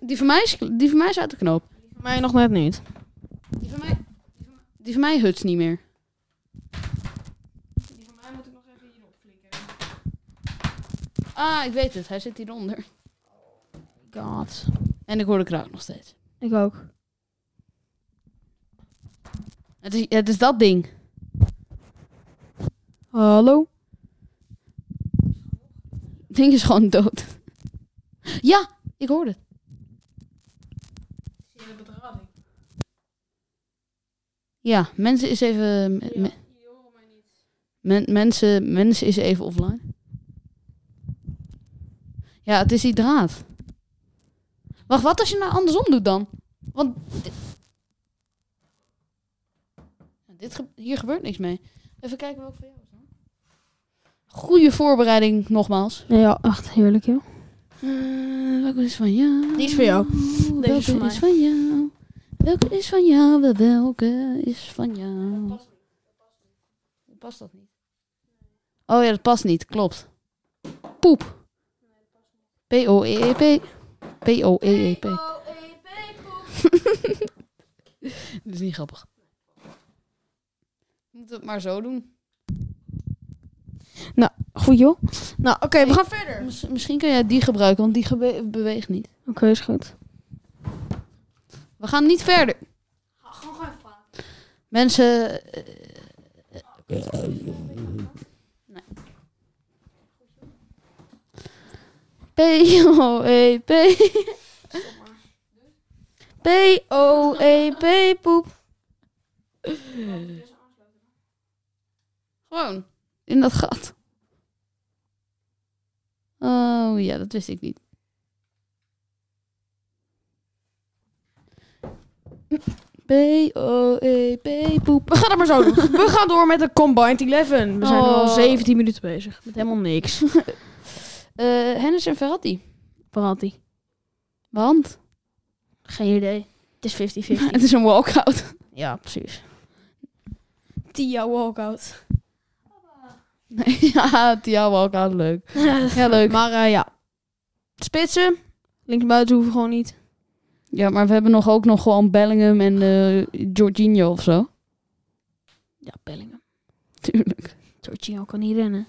[SPEAKER 1] Die van mij is, die van mij is, die van mij is uit de knoop.
[SPEAKER 2] Voor mij nog net niet.
[SPEAKER 1] Die van mij, die van, die van mij huts niet meer.
[SPEAKER 2] Die van mij moet ik nog even hierop flikken.
[SPEAKER 1] Ah, ik weet het. Hij zit hieronder. Oh
[SPEAKER 2] God.
[SPEAKER 1] En ik hoor de kraak nog steeds.
[SPEAKER 2] Ik ook.
[SPEAKER 1] Het is, het is dat ding.
[SPEAKER 2] Hallo?
[SPEAKER 1] Het ding is gewoon dood. Ja, ik hoorde het.
[SPEAKER 2] Zie je de bedrading?
[SPEAKER 1] Ja, mensen is even... me- me-
[SPEAKER 2] horen mij niet.
[SPEAKER 1] Men- mensen, mensen is even offline. Ja, het is die draad. Wacht, wat als je nou andersom doet dan? Want di- dit ge- hier gebeurt niks mee. Even kijken welke van jou is dan. Goede voorbereiding, nogmaals.
[SPEAKER 2] Nee, ja, echt heerlijk, joh.
[SPEAKER 1] Eh, welke is van jou?
[SPEAKER 2] Die is van jou.
[SPEAKER 1] Welke
[SPEAKER 2] Deze is van mij.
[SPEAKER 1] is van jou? Welke is van jou? Wel, Welke is van jou? Past dat niet? Oh ja, dat past niet. Klopt. Poep. E P-O-E-E-P. P-O-E-E-P. Dat is niet grappig. We moeten het maar zo doen.
[SPEAKER 2] Goed, joh. Nou, oké, we gaan verder.
[SPEAKER 1] Miss- misschien kun jij die gebruiken, want die gebe- beweegt niet.
[SPEAKER 2] Oké, is goed.
[SPEAKER 1] We gaan niet verder. Mensen... eh, eh, nee. P-O-E-P. E
[SPEAKER 2] P-O-E-P, poep.
[SPEAKER 1] Gewoon. In dat gat. Oh ja, dat wist ik niet. B-O-E-P E poep.
[SPEAKER 2] We gaan het maar zo doen. We gaan door met de Combined 11. We zijn al
[SPEAKER 1] Oh.
[SPEAKER 2] 17 minuten bezig. Met helemaal niks.
[SPEAKER 1] Eh Hennis en Ferrati.
[SPEAKER 2] Paranti.
[SPEAKER 1] Want
[SPEAKER 2] Geen idee. Het is 50-50.
[SPEAKER 1] het is een walkout.
[SPEAKER 2] ja, precies. Tia walkout.
[SPEAKER 1] Nee, ja, Tia walkout, leuk. Ja, leuk.
[SPEAKER 2] Maar eh, ja. Spitsen. Linksbuiten hoeven gewoon niet.
[SPEAKER 1] Ja, maar we hebben nog ook nog gewoon Bellingham en eh Jorginho of zo.
[SPEAKER 2] Ja, Bellingen.
[SPEAKER 1] Tuurlijk.
[SPEAKER 2] Jorginho kan niet rennen.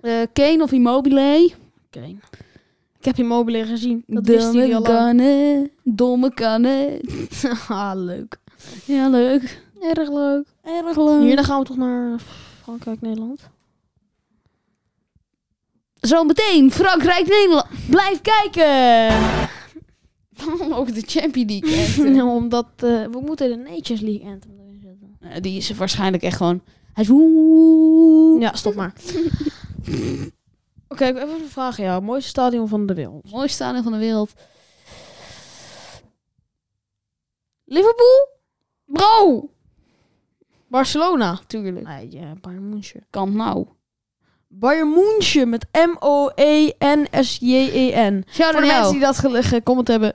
[SPEAKER 1] Eh, Kane of Immobile.
[SPEAKER 2] Kane. Ik heb Immobile gezien. Dat wist hij
[SPEAKER 1] Domme
[SPEAKER 2] al lang.
[SPEAKER 1] kannen. Domme kannen.
[SPEAKER 2] Haha, leuk.
[SPEAKER 1] Ja, leuk.
[SPEAKER 2] Erg leuk.
[SPEAKER 1] Ah, Erg leuk.
[SPEAKER 2] Hier, dan gaan we toch naar Frankrijk, Nederland.
[SPEAKER 1] Zometeen Frankrijk-Nederland.
[SPEAKER 2] Blijf kijken!
[SPEAKER 1] Waarom ook de Champions League anthem?
[SPEAKER 2] Omdat eh, we moeten de Nations League anthem erin zetten.
[SPEAKER 1] Eh, Die is waarschijnlijk echt gewoon... Hij is woe.
[SPEAKER 2] Ja, stop maar. Oké, ik heb even een vraag aan jou. Mooiste stadion van de wereld?
[SPEAKER 1] Mooiste stadion van de wereld. Liverpool? Bro!
[SPEAKER 2] Barcelona.
[SPEAKER 1] Tuurlijk.
[SPEAKER 2] Nee, Ah, ja, Bayern München.
[SPEAKER 1] Kan nou.
[SPEAKER 2] Bayern München met E M-O-E-N-S-J-E-N.
[SPEAKER 1] Shout
[SPEAKER 2] E Voor
[SPEAKER 1] out
[SPEAKER 2] de mensen
[SPEAKER 1] jou.
[SPEAKER 2] die dat ge- gecomment hebben,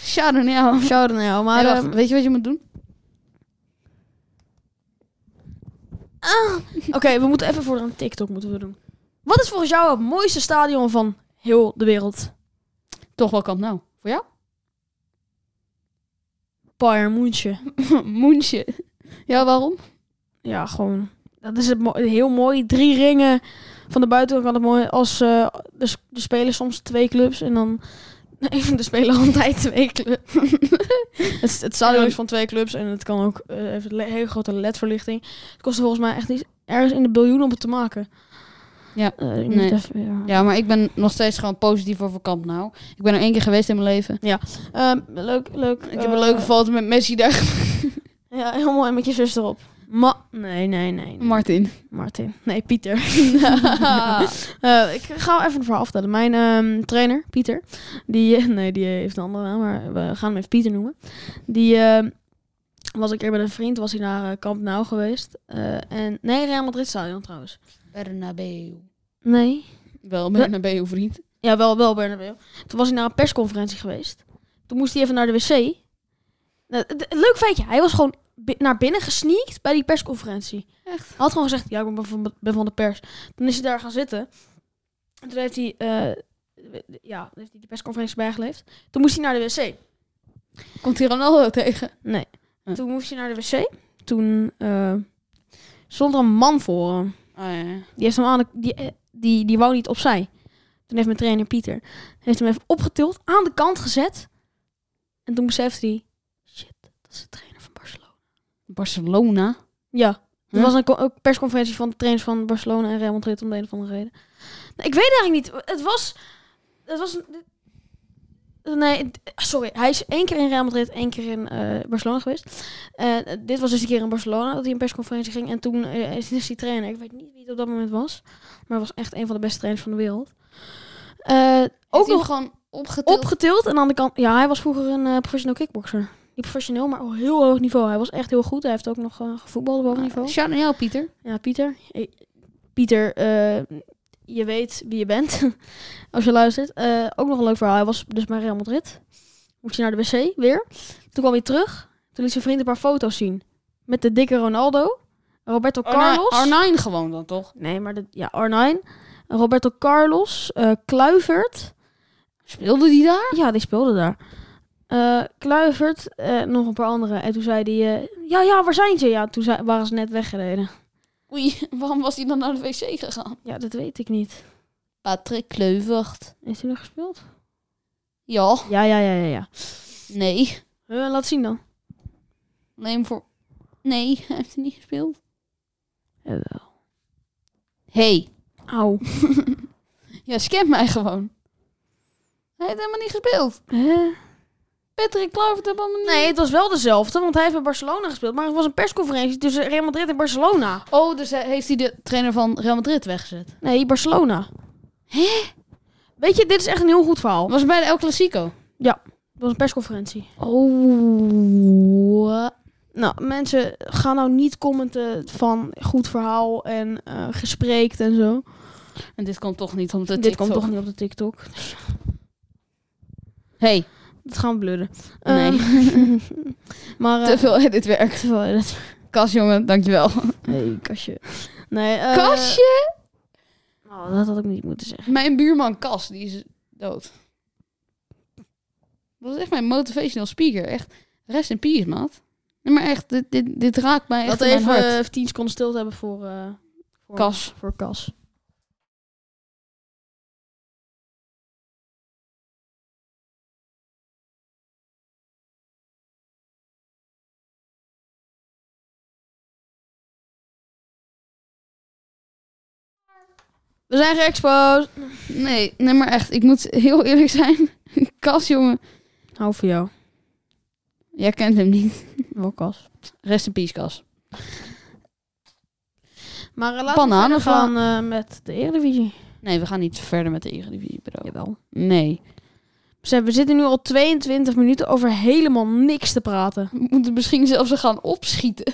[SPEAKER 1] Shout out jou.
[SPEAKER 2] shout out naar jou. Maar
[SPEAKER 1] Hey, wacht,
[SPEAKER 2] ehm,
[SPEAKER 1] eh, weet je wat je moet doen?
[SPEAKER 2] ehm, Oké, we moeten even voor een TikTok moeten we doen. Wat is volgens jou het mooiste stadion van heel de wereld?
[SPEAKER 1] Toch wel kan nou. Voor jou?
[SPEAKER 2] Bayern München.
[SPEAKER 1] Moensje. Ja, waarom?
[SPEAKER 2] Ja, gewoon. Dat is het mo- heel mooi. Drie ringen van de buitenkant kan het mooi. Als eh de, s- de spelen soms twee clubs en dan de spelen altijd twee clubs. het, het stadion is van twee clubs en het kan ook eh, heeft een le- hele grote ledverlichting. Het kostte volgens mij echt iets ergens in de biljoen om het te maken.
[SPEAKER 1] Ja,
[SPEAKER 2] Eh, ik moet
[SPEAKER 1] nee.
[SPEAKER 2] even- ja.
[SPEAKER 1] Ja, maar ik ben nog steeds gewoon positief over kamp nou. Ik ben er één keer geweest in mijn leven.
[SPEAKER 2] Ehm, leuk, leuk. Eh,
[SPEAKER 1] Ik heb een leuke foto met Messi daar.
[SPEAKER 2] Ja, heel mooi met je zus erop. Ma nee, nee, nee. nee.
[SPEAKER 1] Martin.
[SPEAKER 2] Martin. Nee, Pieter. Eh, ik ga even een verhaal vertellen. Mijn ehm, trainer, Pieter, die, nee, die heeft een andere naam, maar we gaan hem even Pieter noemen. Die ehm, was een keer met een vriend, was hij naar eh, Camp Nou geweest. Eh, en, nee, Real Madrid stadion trouwens.
[SPEAKER 1] Bernabeu.
[SPEAKER 2] Nee.
[SPEAKER 1] Wel, Bernabeu vriend.
[SPEAKER 2] Ja, wel, wel Bernabeu. Toen was hij naar een persconferentie geweest. Toen moest hij even naar de wc. Nou, d- Leuk feitje. Hij was gewoon bi- naar binnen gesneakt bij die persconferentie.
[SPEAKER 1] Echt?
[SPEAKER 2] Hij had gewoon gezegd, ja, ik ben van, ben van de pers. Toen is hij daar gaan zitten. En toen heeft hij, eh, ja, toen heeft hij de persconferentie bijgeleefd. Toen moest hij naar de wc.
[SPEAKER 1] Komt hier Ronaldo tegen?
[SPEAKER 2] Nee.
[SPEAKER 1] Hm.
[SPEAKER 2] Toen moest hij naar de wc. Toen eh, stond er een man voor hem.
[SPEAKER 1] Oh ja.
[SPEAKER 2] Die heeft hem aan de, die, eh, die, die wou niet opzij. Toen heeft mijn trainer Pieter heeft hem even opgetild, aan de kant gezet. En toen besefte hij, shit, dat is de trainer van Barcelona.
[SPEAKER 1] Barcelona.
[SPEAKER 2] Ja,
[SPEAKER 1] Hm?
[SPEAKER 2] er was een co- ook persconferentie van de trainers van Barcelona en Real Madrid om de een of andere reden. Nou, ik weet eigenlijk niet. Het was, het was, een- nee, d- sorry. Hij is één keer in Real Madrid, één keer in eh, Barcelona geweest. En eh, dit was dus een keer in Barcelona dat hij een persconferentie ging. En toen eh, is is die trainer, ik weet niet wie het op dat moment was, maar was echt een van de beste trainers van de wereld. Eh, ook nog
[SPEAKER 1] gewoon opgetild.
[SPEAKER 2] opgetild en aan de kant. Ja, hij was vroeger een eh, professioneel kickboxer. Niet professioneel, maar op heel hoog niveau. Hij was echt heel goed. Hij heeft ook nog eh, gevoetbald op hoog niveau.
[SPEAKER 1] Shout Ah, naar jou, Pieter.
[SPEAKER 2] Ja, Pieter. Eh, Pieter, eh, je weet wie je bent. Als je luistert. Eh, ook nog een leuk verhaal. Hij was dus bij Real Madrid. Moest hij naar de wc weer. Toen kwam hij terug. Toen liet zijn vriend een paar foto's zien. Met de dikke Ronaldo. Roberto Carlos.
[SPEAKER 1] Arnijn gewoon dan toch?
[SPEAKER 2] Nee, maar de, ja, Arnijn. Roberto Carlos. eh, Kluivert.
[SPEAKER 1] Speelde die daar?
[SPEAKER 2] Ja, die speelde daar. Eh, Kluivert. eh, nog een paar anderen. En toen zei hij... eh, ja, ja, waar zijn ze? Ja, toen zei- waren ze net weggereden.
[SPEAKER 1] Oei, waarom was hij dan naar de wc gegaan?
[SPEAKER 2] Ja, dat weet ik niet.
[SPEAKER 1] Patrick Kluivert.
[SPEAKER 2] Heeft hij nog gespeeld?
[SPEAKER 1] Ja.
[SPEAKER 2] Ja, ja, ja, ja, ja.
[SPEAKER 1] Nee.
[SPEAKER 2] Eh, laat zien dan.
[SPEAKER 1] Neem voor... Nee, hij heeft hij niet gespeeld.
[SPEAKER 2] Jawel.
[SPEAKER 1] Hey.
[SPEAKER 2] Auw.
[SPEAKER 1] Ja, scam mij gewoon. Hij heeft helemaal niet gespeeld. Patrick Kluivert heeft helemaal niet...
[SPEAKER 2] Nee, het was wel dezelfde, want hij heeft bij Barcelona gespeeld. Maar het was een persconferentie tussen Real Madrid en Barcelona.
[SPEAKER 1] Oh, dus hij- heeft hij de trainer van Real Madrid weggezet.
[SPEAKER 2] Nee, Barcelona. Hé? Weet je, dit is echt een heel goed verhaal.
[SPEAKER 1] Was het bij de El Clasico?
[SPEAKER 2] Het was een persconferentie.
[SPEAKER 1] Oh.
[SPEAKER 2] Nou, mensen, ga nou niet commenten van goed verhaal en eh gespreekt en zo.
[SPEAKER 1] En dit komt toch niet om de
[SPEAKER 2] dit komt toch niet op de TikTok.
[SPEAKER 1] Hey,
[SPEAKER 2] Dat gaan we blurren.
[SPEAKER 1] Nee.
[SPEAKER 2] Ehm, maar... eh,
[SPEAKER 1] te veel editwerk.
[SPEAKER 2] te veel edit.
[SPEAKER 1] Kas, jongen, dankjewel.
[SPEAKER 2] Nee, kastje. Nee, eh,
[SPEAKER 1] Kasje?
[SPEAKER 2] Oh, dat had ik niet moeten zeggen.
[SPEAKER 1] Mijn buurman Kas, die is dood. Dat is echt mijn motivational speaker. Echt, rest in peace, maat. Nee, maar echt, dit, dit, dit raakt mij echt
[SPEAKER 2] Dat
[SPEAKER 1] in mijn
[SPEAKER 2] even
[SPEAKER 1] hart.
[SPEAKER 2] eh, 10 seconden stil te hebben voor, eh, voor
[SPEAKER 1] Kas.
[SPEAKER 2] Voor Kas. We zijn geëxposed.
[SPEAKER 1] Nee, nee, maar echt, ik moet heel eerlijk zijn. Kas, jongen,
[SPEAKER 2] Hou voor jou.
[SPEAKER 1] jij kent hem niet.
[SPEAKER 2] Wel Kas.
[SPEAKER 1] Rest in peace, Kas.
[SPEAKER 2] Maar eh, laten
[SPEAKER 1] Banaan
[SPEAKER 2] we
[SPEAKER 1] of
[SPEAKER 2] verder gaan eh, met de Eredivisie.
[SPEAKER 1] Nee, we gaan niet verder met de Eredivisie, bro.
[SPEAKER 2] Jawel.
[SPEAKER 1] Nee.
[SPEAKER 2] Zeg, we zitten nu al 22 minuten over helemaal niks te praten.
[SPEAKER 1] We moeten misschien zelfs gaan opschieten.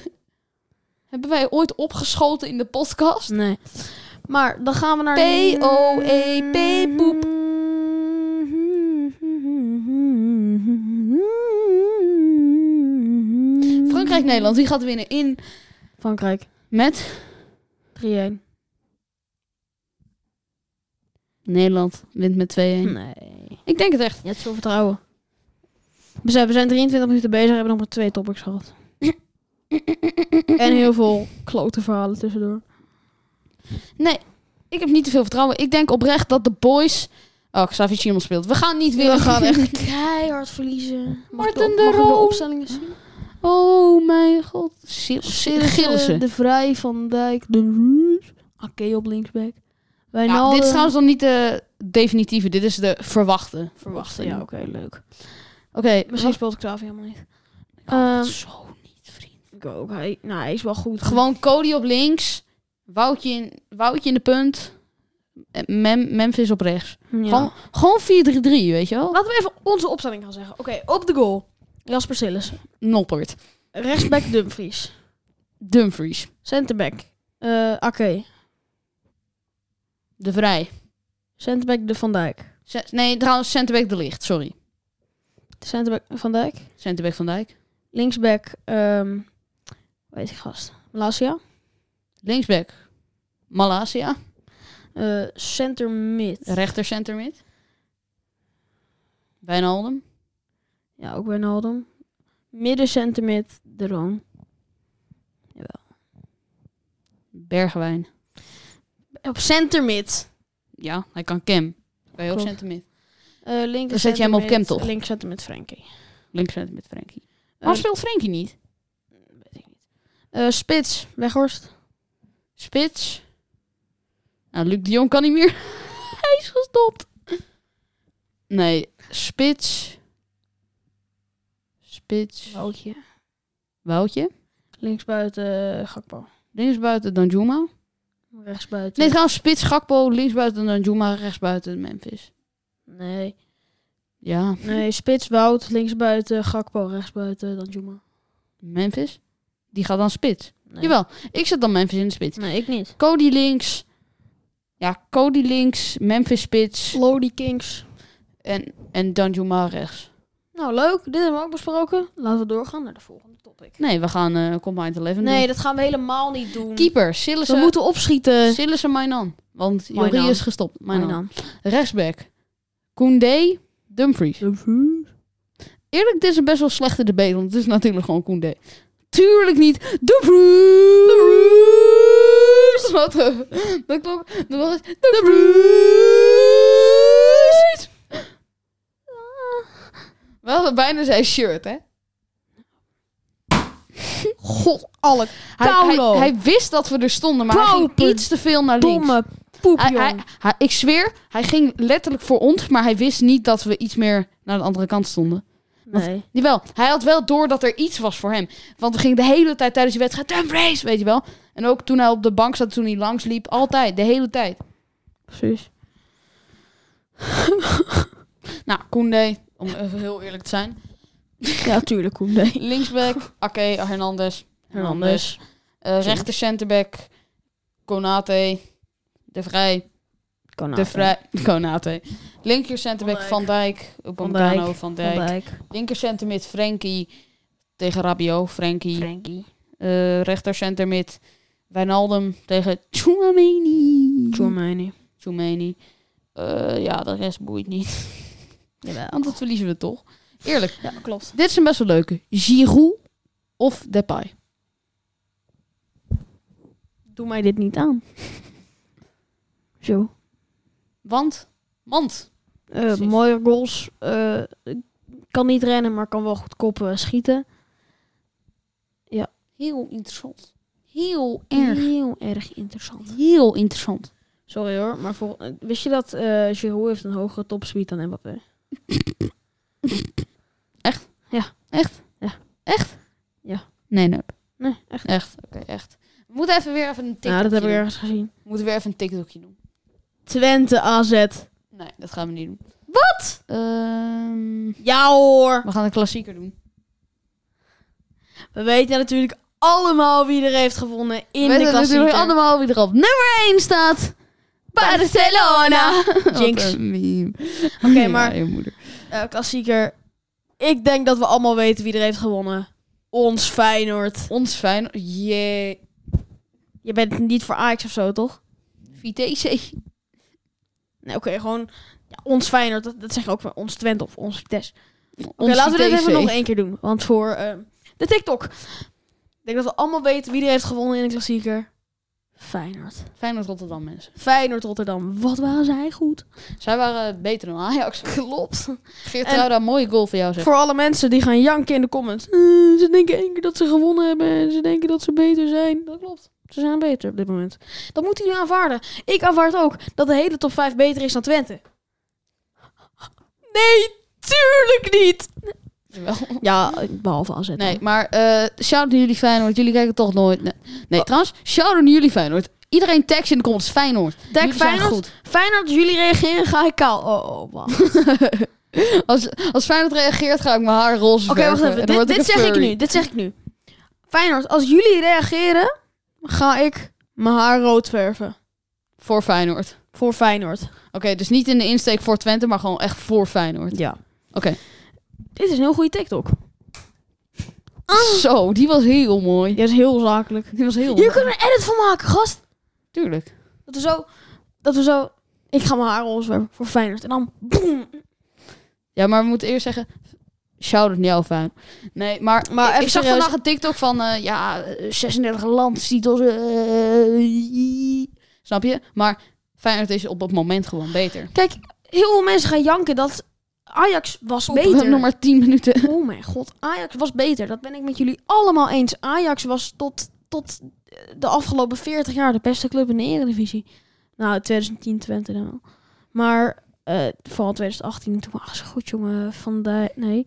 [SPEAKER 1] Hebben wij ooit opgeschoten in de podcast?
[SPEAKER 2] Nee. Maar dan gaan we naar... E
[SPEAKER 1] P-O-E-P, poep. Frankrijk-Nederland, die gaat winnen in
[SPEAKER 2] Frankrijk.
[SPEAKER 1] met
[SPEAKER 2] 3-1.
[SPEAKER 1] Nederland wint met 2-1.
[SPEAKER 2] Hm. Nee.
[SPEAKER 1] Ik denk het echt.
[SPEAKER 2] Je hebt veel vertrouwen. Besef, we zijn 23 minuten bezig en hebben nog maar twee topics gehad. en heel veel klote verhalen tussendoor.
[SPEAKER 1] Nee, ik heb niet te veel vertrouwen. Ik denk oprecht dat de boys... Oh, Xavi Simons speelt. We gaan niet winnen.
[SPEAKER 2] We gaan echt keihard verliezen. Mag ik
[SPEAKER 1] Martin
[SPEAKER 2] de,
[SPEAKER 1] de
[SPEAKER 2] mag ik de
[SPEAKER 1] Roon.
[SPEAKER 2] opstellingen zien?
[SPEAKER 1] Oh mijn god. Sil- Sil-
[SPEAKER 2] Gilsen,
[SPEAKER 1] Gilsen.
[SPEAKER 2] De Vrij, Van Dijk, De Roes. Oké op linksback.
[SPEAKER 1] Ja,
[SPEAKER 2] Wijnaldum.
[SPEAKER 1] dit is trouwens dan niet de definitieve. Dit is de verwachte.
[SPEAKER 2] Verwachten, ja, oké, leuk.
[SPEAKER 1] Oké,
[SPEAKER 2] Misschien speelt Xavi helemaal niet.
[SPEAKER 1] wacht.
[SPEAKER 2] Ehm,
[SPEAKER 1] Zo niet, vriend.
[SPEAKER 2] ik ook. Hij, nou, hij is wel goed.
[SPEAKER 1] Gewoon Cody op links. Woutje in, Woutje in de punt. en Mem, Memphis op rechts.
[SPEAKER 2] Ja.
[SPEAKER 1] Gewoon, gewoon 4-3-3, weet je wel?
[SPEAKER 2] Laten we even onze opstelling gaan zeggen. Oké, op de goal. Jasper Sillissen.
[SPEAKER 1] Noppert.
[SPEAKER 2] Rechtsback Dumfries.
[SPEAKER 1] Dumfries.
[SPEAKER 2] Centerback. eh Oké.
[SPEAKER 1] De Vrij.
[SPEAKER 2] Centerback De Van Dijk.
[SPEAKER 1] Ce- nee, trouwens, centerback de Licht, sorry.
[SPEAKER 2] Centerback Van Dijk.
[SPEAKER 1] Centerback van Dijk.
[SPEAKER 2] Linksback, ehm weet ik gast, Malasia.
[SPEAKER 1] Linksback, Malasia.
[SPEAKER 2] Eh center mid.
[SPEAKER 1] Rechter center mid. Wijnaldum.
[SPEAKER 2] Ja, ook Wijnaldum. Midden center mid, De Roon.
[SPEAKER 1] Bergwijn.
[SPEAKER 2] Op center mid.
[SPEAKER 1] Ja, hij kan Cam. Kan je ook
[SPEAKER 2] Klopt.
[SPEAKER 1] center mid.
[SPEAKER 2] Eh, linker
[SPEAKER 1] Dan zet je hem op
[SPEAKER 2] center mid,
[SPEAKER 1] Kempel.
[SPEAKER 2] Links center mid Frenkie.
[SPEAKER 1] Links center mid Frenkie.
[SPEAKER 2] Eh,
[SPEAKER 1] Waarom speelt Frenkie niet?
[SPEAKER 2] weet ik niet. Eh, spits, Weghorst.
[SPEAKER 1] Spits. Nou, Luc de Jong kan niet meer. hij is gestopt. Nee, spits. Spits.
[SPEAKER 2] Woutje.
[SPEAKER 1] Woutje.
[SPEAKER 2] Linksbuiten, eh, Gakpo.
[SPEAKER 1] Linksbuiten Danjuma.
[SPEAKER 2] Rechtsbuiten.
[SPEAKER 1] Nee, trouwens, spits Gakpo. Linksbuiten Danjuma. Rechtsbuiten Memphis.
[SPEAKER 2] nee.
[SPEAKER 1] Ja,
[SPEAKER 2] Nee, spits, Wout. Linksbuiten, Gakpo. Rechtsbuiten, dan Juma.
[SPEAKER 1] Memphis. Die gaat dan spits.
[SPEAKER 2] Nee.
[SPEAKER 1] Jawel, ik zet dan Memphis in de spits.
[SPEAKER 2] Nee, ik niet.
[SPEAKER 1] Cody links. Ja, Cody links. Memphis spits.
[SPEAKER 2] Lodi Kings.
[SPEAKER 1] En, en Danjuma rechts.
[SPEAKER 2] Nou, leuk. Dit hebben we ook besproken. Laten we doorgaan naar de volgende topic.
[SPEAKER 1] Nee, we gaan eh Combined 11 doen. eh,
[SPEAKER 2] Nee, dat gaan we helemaal niet doen.
[SPEAKER 1] Keeper,
[SPEAKER 2] we
[SPEAKER 1] Sillessen.
[SPEAKER 2] moeten opschieten.
[SPEAKER 1] Sillessen Mainan. Want
[SPEAKER 2] Mainan.
[SPEAKER 1] Jorie is gestopt.
[SPEAKER 2] Mijn
[SPEAKER 1] Mainan.
[SPEAKER 2] naam.
[SPEAKER 1] Rechtsback. Koundé, Dumfries. Eerlijk, dit is een best wel slechte debate, want het is natuurlijk gewoon Koundé. Tuurlijk niet. Dumfries! Wat? een- Dat klopt. Dat was... Dumfries!
[SPEAKER 2] Ah.
[SPEAKER 1] Wel, bijna zijn shirt, hè?
[SPEAKER 2] God, alle
[SPEAKER 1] Hij, hij,
[SPEAKER 2] Kaulo.
[SPEAKER 1] hij wist dat we er stonden, maar hij ging
[SPEAKER 2] Pauper.
[SPEAKER 1] iets te veel naar links.
[SPEAKER 2] domme poep,
[SPEAKER 1] Hij, hij, hij- ik zweer, hij ging letterlijk voor ons, maar hij wist niet dat we iets meer naar de andere kant stonden.
[SPEAKER 2] Nee.
[SPEAKER 1] Jawel, hij had wel door dat er iets was voor hem. Want we gingen de hele tijd tijdens die wedstrijd, Dumfries, weet je wel. En ook toen hij op de bank zat, toen hij langs liep, altijd, de hele tijd.
[SPEAKER 2] Precies.
[SPEAKER 1] Nou, Koende, om even heel eerlijk te zijn.
[SPEAKER 2] Ja, tuurlijk, Koen. Nee.
[SPEAKER 1] Linksback, Ake, Hernandez.
[SPEAKER 2] Hernandez.
[SPEAKER 1] Eh, rechter centerback, Konate, De Vrij. De Vrij, Konate. Linker centerback, Van
[SPEAKER 2] Van
[SPEAKER 1] Dijk. Upamecano,
[SPEAKER 2] Dijk.
[SPEAKER 1] Van
[SPEAKER 2] Van
[SPEAKER 1] Dijk.
[SPEAKER 2] Dijk.
[SPEAKER 1] Linker centermid Frenkie tegen Rabiot, Frenkie.
[SPEAKER 2] Frenkie.
[SPEAKER 1] Eh, rechter centermid Wijnaldum tegen Tchouameni.
[SPEAKER 2] Chouameni.
[SPEAKER 1] Tchouameni. Eh, ja, de rest boeit niet.
[SPEAKER 2] Jawel.
[SPEAKER 1] Want dat verliezen we toch. Eerlijk,
[SPEAKER 2] Ja, klopt.
[SPEAKER 1] dit is een best wel leuke. Giroud of Depay?
[SPEAKER 2] Doe mij dit niet aan. Zo.
[SPEAKER 1] Want, want,
[SPEAKER 2] Eh,
[SPEAKER 1] Precies.
[SPEAKER 2] mooie goals. eh, kan niet rennen, maar kan wel goed koppen eh, schieten.
[SPEAKER 1] heel interessant. Heel
[SPEAKER 2] Heel erg interessant.
[SPEAKER 1] Heel interessant.
[SPEAKER 2] Sorry hoor, maar voor, eh, wist je dat eh Giroud heeft een hogere topspeed dan Mbappé?
[SPEAKER 1] Nee, nee.
[SPEAKER 2] Nee, echt.
[SPEAKER 1] Echt, oké, echt. We moeten even weer even een TikTokje
[SPEAKER 2] Nou, dat heb ik
[SPEAKER 1] doen.
[SPEAKER 2] ergens gezien.
[SPEAKER 1] We moeten weer even een TikTokje doen.
[SPEAKER 2] Twente AZ.
[SPEAKER 1] Nee, dat gaan we niet doen. Wat?
[SPEAKER 2] Ja hoor.
[SPEAKER 1] we gaan een klassieker doen.
[SPEAKER 2] We weten natuurlijk allemaal wie er heeft gewonnen in
[SPEAKER 1] we
[SPEAKER 2] de
[SPEAKER 1] weten
[SPEAKER 2] klassieker.
[SPEAKER 1] natuurlijk allemaal wie er op nummer 1 staat. Barcelona.
[SPEAKER 2] Jinx.
[SPEAKER 1] Wat een meme.
[SPEAKER 2] Oké,
[SPEAKER 1] Ja,
[SPEAKER 2] maar
[SPEAKER 1] je moeder.
[SPEAKER 2] eh, klassieker. Ik denk dat we allemaal weten wie er heeft gewonnen. Ons Feyenoord.
[SPEAKER 1] Ons fijn. Jee.
[SPEAKER 2] Je bent niet voor Ajax of zo, toch?
[SPEAKER 1] Vitesse.
[SPEAKER 2] Nee, oké, gewoon ja, ons Feyenoord. Dat, dat zeg ik ook wel. Ons Twente of ons Vitesse. Oké,
[SPEAKER 1] Ons
[SPEAKER 2] laten we dit
[SPEAKER 1] Vitesse.
[SPEAKER 2] even nog één keer doen. Want voor ehm, de TikTok. Ik denk dat we allemaal weten wie er heeft gewonnen in de klassieker. Feyenoord.
[SPEAKER 1] Feyenoord Rotterdam, mensen.
[SPEAKER 2] Feyenoord Rotterdam. Wat waren zij goed.
[SPEAKER 1] Zij waren beter dan Ajax. Klopt. Geert
[SPEAKER 2] En-
[SPEAKER 1] Ruida, mooie goal voor jou, zeg.
[SPEAKER 2] Voor alle mensen die gaan janken in de comments. Eh, ze denken één keer dat ze gewonnen hebben. En ze denken dat ze beter zijn. Dat klopt. Ze zijn beter op dit moment. Dat moeten jullie aanvaarden. Ik aanvaard ook dat de hele top 5 beter is dan Twente. Nee, tuurlijk niet.
[SPEAKER 1] Jawel.
[SPEAKER 2] Ja, behalve AZ.
[SPEAKER 1] Nee, maar eh shout-out naar jullie Feyenoord. Jullie kijken toch nooit. Nee, nee
[SPEAKER 2] Oh.
[SPEAKER 1] trouwens, shout-out naar jullie Feyenoord. Iedereen tekst in de comments Feyenoord.
[SPEAKER 2] Tag
[SPEAKER 1] Jullie zijn
[SPEAKER 2] Feyenoord.
[SPEAKER 1] goed.
[SPEAKER 2] Feyenoord, als jullie reageren, ga ik kaal. Oh, oh wacht. Oké,
[SPEAKER 1] Als, als Feyenoord reageert, ga ik mijn haar roze
[SPEAKER 2] wacht
[SPEAKER 1] verven.
[SPEAKER 2] even.
[SPEAKER 1] en dan
[SPEAKER 2] Dit,
[SPEAKER 1] word
[SPEAKER 2] dit
[SPEAKER 1] een
[SPEAKER 2] zeg ik
[SPEAKER 1] furry.
[SPEAKER 2] nu. Dit zeg ik nu. Feyenoord, als jullie reageren, ga ik mijn haar rood verven.
[SPEAKER 1] Voor Feyenoord.
[SPEAKER 2] Voor Feyenoord.
[SPEAKER 1] Oké, dus niet in de insteek voor Twente, maar gewoon echt voor Feyenoord.
[SPEAKER 2] Ja.
[SPEAKER 1] Oké.
[SPEAKER 2] Dit is een heel goede TikTok.
[SPEAKER 1] Zo, die was heel mooi.
[SPEAKER 2] Oh. Ja, dat is heel zakelijk.
[SPEAKER 1] Die was heel mooi.
[SPEAKER 2] Hier kunnen we een edit van maken, gast.
[SPEAKER 1] Tuurlijk.
[SPEAKER 2] Dat we zo... Dat we zo... Ik ga mijn haar roze verven voor Feyenoord. En dan... Boom.
[SPEAKER 1] Ja, maar we moeten eerst zeggen... Shout het niet al fijn. Nee, maar,
[SPEAKER 2] Maar
[SPEAKER 1] ik,
[SPEAKER 2] even
[SPEAKER 1] ik zag
[SPEAKER 2] serieus.
[SPEAKER 1] vandaag een TikTok van... eh, ja, eh, 36 landstitels. eh, snap je? Maar Feyenoord is op het moment gewoon beter.
[SPEAKER 2] Kijk, heel veel mensen gaan janken dat Ajax was
[SPEAKER 1] Op, eh,
[SPEAKER 2] beter.
[SPEAKER 1] nog maar 10 minuten.
[SPEAKER 2] Oh mijn god, Ajax was beter. Dat ben ik met jullie allemaal eens. Ajax was tot, tot eh, de afgelopen 40 jaar de beste club in de Eredivisie. Nou, 2010, 20 dan wel. Maar eh, vooral 2018, toen was ze goed, jongen. Van Dijk, nee.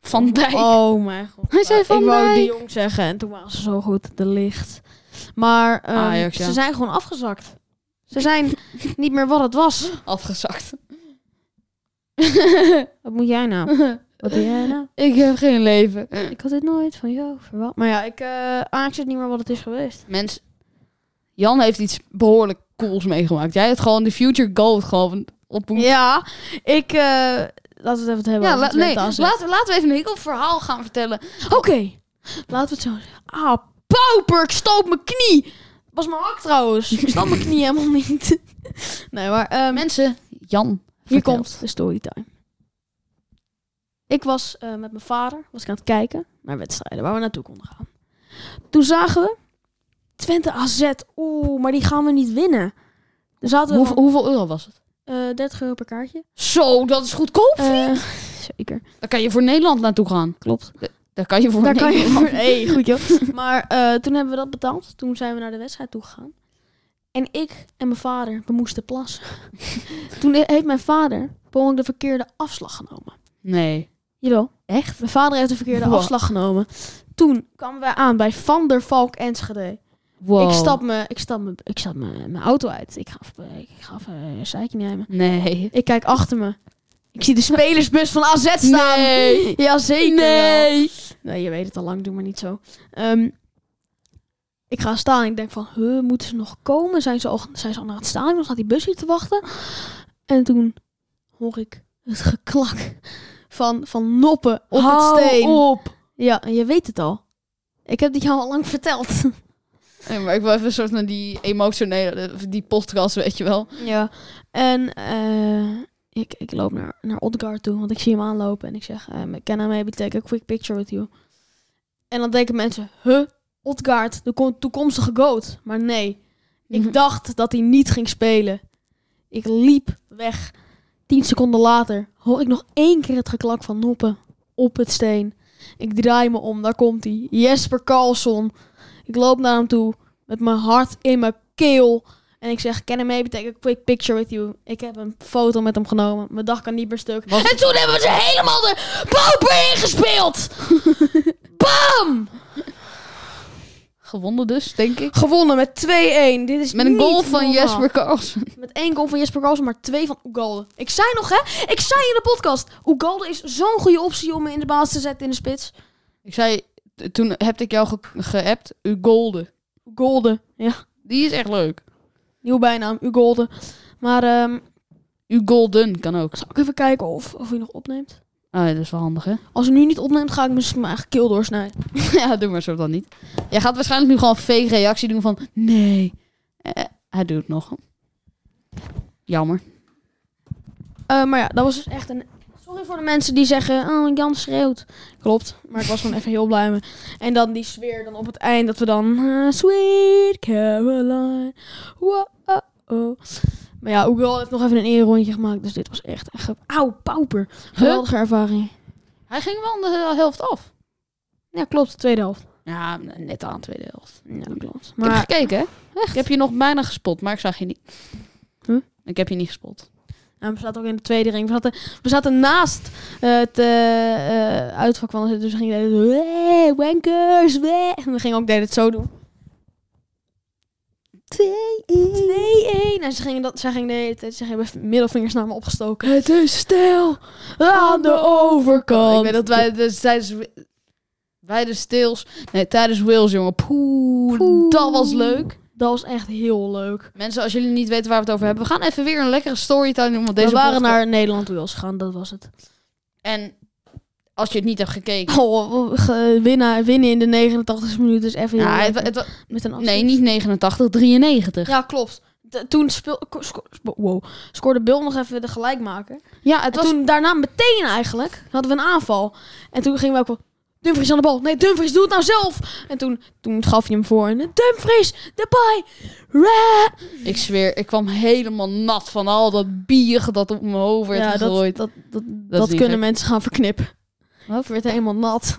[SPEAKER 1] Van Dijk.
[SPEAKER 2] Oh mijn god.
[SPEAKER 1] Hij zei Van
[SPEAKER 2] Ik wou
[SPEAKER 1] Dijk.
[SPEAKER 2] die jong zeggen en toen waren ze zo goed, de licht. Maar ehm,
[SPEAKER 1] Ajax, ja.
[SPEAKER 2] ze zijn gewoon afgezakt. Ze zijn niet meer wat het was.
[SPEAKER 1] Afgezakt.
[SPEAKER 2] Wat moet jij nou? Wat doe jij nou?
[SPEAKER 1] ik heb geen leven.
[SPEAKER 2] Ik had dit nooit van jou verwacht. Maar ja, ik, eh Ajax is niet meer wat het is geweest.
[SPEAKER 1] Mens, Jan heeft iets behoorlijk cools meegemaakt. Jij hebt gewoon de future gold gewoon ontmoet.
[SPEAKER 2] Ja, ik... eh, laten we het even hebben
[SPEAKER 1] Ja,
[SPEAKER 2] over
[SPEAKER 1] la- nee,
[SPEAKER 2] Twente AZ.
[SPEAKER 1] laten, laten we even een heel verhaal gaan vertellen.
[SPEAKER 2] Oké, laten we het zo zeggen. Oh. Ah, pauper, ik stoot mijn knie. Was mijn hak trouwens. Ik stoot mijn knie helemaal niet. nee, maar... ehm,
[SPEAKER 1] Mensen, Jan.
[SPEAKER 2] Hier
[SPEAKER 1] vertelt.
[SPEAKER 2] komt de storytime. Ik was eh, met mijn vader was ik aan het kijken naar wedstrijden waar we naartoe konden gaan. Toen zagen we Twente AZ. Oeh, maar die gaan we niet winnen. Er zaten we
[SPEAKER 1] Hoe- hoeveel euro was het?
[SPEAKER 2] van, eh, 30 euro per kaartje.
[SPEAKER 1] Zo, dat is goedkoop.
[SPEAKER 2] Eh, zeker,
[SPEAKER 1] Daar kan je voor Nederland naartoe gaan.
[SPEAKER 2] klopt.
[SPEAKER 1] Daar kan je voor
[SPEAKER 2] Daar kan je
[SPEAKER 1] Nederland.
[SPEAKER 2] voor. hey, goed joh. Maar eh, toen hebben we dat betaald. Toen zijn we naar de wedstrijd toe gegaan. En ik en mijn vader, we moesten plassen. toen heeft mijn vader per ongeluk de verkeerde afslag genomen.
[SPEAKER 1] Nee.
[SPEAKER 2] Jawel.
[SPEAKER 1] Echt?
[SPEAKER 2] Mijn vader heeft de verkeerde
[SPEAKER 1] Wow.
[SPEAKER 2] afslag genomen. Toen kwamen wij aan bij Van der Valk Enschede.
[SPEAKER 1] Wow.
[SPEAKER 2] Ik stap, me, ik stap, me, ik stap me, mijn auto uit. Ik ga even, ik ga even een zijkje nemen.
[SPEAKER 1] Nee.
[SPEAKER 2] Ik kijk achter me. Ik zie de spelersbus van AZ staan.
[SPEAKER 1] Nee.
[SPEAKER 2] Ja, zeker wel.
[SPEAKER 1] Nee.
[SPEAKER 2] Nee, je weet het al lang, doe maar niet zo. Ehm, ik ga staan en ik denk van, huh, moeten ze nog komen? Zijn ze al, zijn ze al naar het stadion? Staat die bus hier te wachten? En toen hoor ik het geklak van, van noppen op
[SPEAKER 1] Hou
[SPEAKER 2] het steen.
[SPEAKER 1] op.
[SPEAKER 2] Ja, en je weet het al. Ik heb dit jou al lang verteld.
[SPEAKER 1] Nee, maar ik wil even een soort van die emotionele, die podcast, weet je wel.
[SPEAKER 2] Ja. En eh, ik, ik loop naar, naar Odgaard toe, want ik zie hem aanlopen. En ik zeg, ehm, can I maybe take a quick picture with you? En dan denken mensen, huh, Odgaard, de ko- toekomstige goat. Maar nee, ik dacht dat hij niet ging spelen. Ik liep weg. Tien seconden later hoor ik nog één keer het geklak van noppen op het steen. Ik draai me om, daar komt hij. Jesper Carlson. Ik loop naar hem toe met mijn hart in mijn keel. En ik zeg, can I maybe take a quick picture with you? Ik heb een foto met hem genomen. Mijn dag kan niet meer stuk.
[SPEAKER 1] Was-
[SPEAKER 2] En toen hebben we ze helemaal de pauper ingespeeld. Bam!
[SPEAKER 1] Gewonnen dus, denk ik.
[SPEAKER 2] Gewonnen met 2-1. Dit is
[SPEAKER 1] Met een
[SPEAKER 2] niet
[SPEAKER 1] goal van
[SPEAKER 2] normaal.
[SPEAKER 1] Jesper Carlsen.
[SPEAKER 2] Met één goal van Jesper Carlsen, maar twee van Ugalde. Ik zei nog, hè? Ik zei in de podcast. Ugalde is zo'n goede optie om in de baas te zetten in de spits.
[SPEAKER 1] Ik zei, t- toen heb ik jou ge- geappt, u golden.
[SPEAKER 2] Ugalde. Ja,
[SPEAKER 1] Die is echt leuk.
[SPEAKER 2] nieuw bijnaam. Ugalde. Maar ehm
[SPEAKER 1] U golden kan ook.
[SPEAKER 2] zal ik even kijken of, of hij nog opneemt?
[SPEAKER 1] Ah, ja, dat is wel handig, hè?
[SPEAKER 2] Als hij nu niet opneemt, ga ik mijn mijn eigen keel doorsnijden.
[SPEAKER 1] ja, doe maar zo dan niet. Jij gaat waarschijnlijk nu gewoon een fake reactie doen van, nee. Eh, hij doet het nog. Jammer.
[SPEAKER 2] Eh, maar ja, dat was dus echt een... Sorry voor de mensen die zeggen, oh, Jan schreeuwt. Klopt, maar ik was gewoon even heel blij mee. En dan die sfeer dan op het eind dat we dan... eh, Sweet Caroline, wow-oh. Maar ja, Oegal heeft nog even een eerrondje gemaakt. Dus dit was echt echt een Auw, pauper. Geweldige ervaring.
[SPEAKER 1] Hij ging wel aan de helft af.
[SPEAKER 2] Ja, klopt, tweede helft.
[SPEAKER 1] Ja, net aan de tweede helft.
[SPEAKER 2] Ja,
[SPEAKER 1] Ik
[SPEAKER 2] klopt.
[SPEAKER 1] heb
[SPEAKER 2] Maar
[SPEAKER 1] gekeken, hè? Ik heb je nog bijna gespot, maar ik zag je niet.
[SPEAKER 2] Huh?
[SPEAKER 1] Ik heb je niet gespot.
[SPEAKER 2] ja, we zaten ook in de tweede ring. We zaten, we zaten naast eh, het eh, eh, uitvak van ons. Dus we gingen de hele tijd, "Wee, wankers, wee." En we gingen ook de hele tijd zo doen. 2-1. En ze gingen, dat, ze gingen de hele tijd, ze hebben middelvingers naar me opgestoken.
[SPEAKER 1] Het is stil
[SPEAKER 2] aan de
[SPEAKER 1] overkant.
[SPEAKER 2] overkant.
[SPEAKER 1] Ik weet dat wij dus tijdens... wi- Wij de stils... Nee, tijdens Wales, jongen. Poeh,
[SPEAKER 2] Poeh.
[SPEAKER 1] dat was leuk.
[SPEAKER 2] Dat was echt heel leuk.
[SPEAKER 1] Mensen, als jullie niet weten waar we het over hebben... We gaan even weer een lekkere storytime doen. Want deze
[SPEAKER 2] we waren
[SPEAKER 1] podcast-
[SPEAKER 2] naar Nederland Wales gegaan, dat was het.
[SPEAKER 1] En Als je het niet hebt gekeken.
[SPEAKER 2] Oh, ge- winnen, winnen in de 89 minuten is even heel
[SPEAKER 1] Ja, het, wa-
[SPEAKER 2] leuk.
[SPEAKER 1] het wa-
[SPEAKER 2] met een afstand.
[SPEAKER 1] nee, niet 89, 93.
[SPEAKER 2] Ja, klopt. De- toen speel, ko- sco- sco- wow, scoorde Bill nog even de gelijkmaker.
[SPEAKER 1] Ja, het
[SPEAKER 2] en
[SPEAKER 1] was...
[SPEAKER 2] toen daarna meteen eigenlijk hadden we een aanval. En toen gingen we ook wel... Dumfries aan de bal. Nee, Dumfries, doe het nou zelf. En toen, toen gaf hij hem voor. En Dumfries, de
[SPEAKER 1] Ik zweer, ik kwam helemaal nat van al dat bier dat op mijn hoofd werd
[SPEAKER 2] Ja, dat,
[SPEAKER 1] gegooid.
[SPEAKER 2] dat, dat,
[SPEAKER 1] is
[SPEAKER 2] dat
[SPEAKER 1] niet
[SPEAKER 2] kunnen
[SPEAKER 1] gek.
[SPEAKER 2] mensen gaan verknippen.
[SPEAKER 1] Wat?
[SPEAKER 2] Het werd helemaal nat.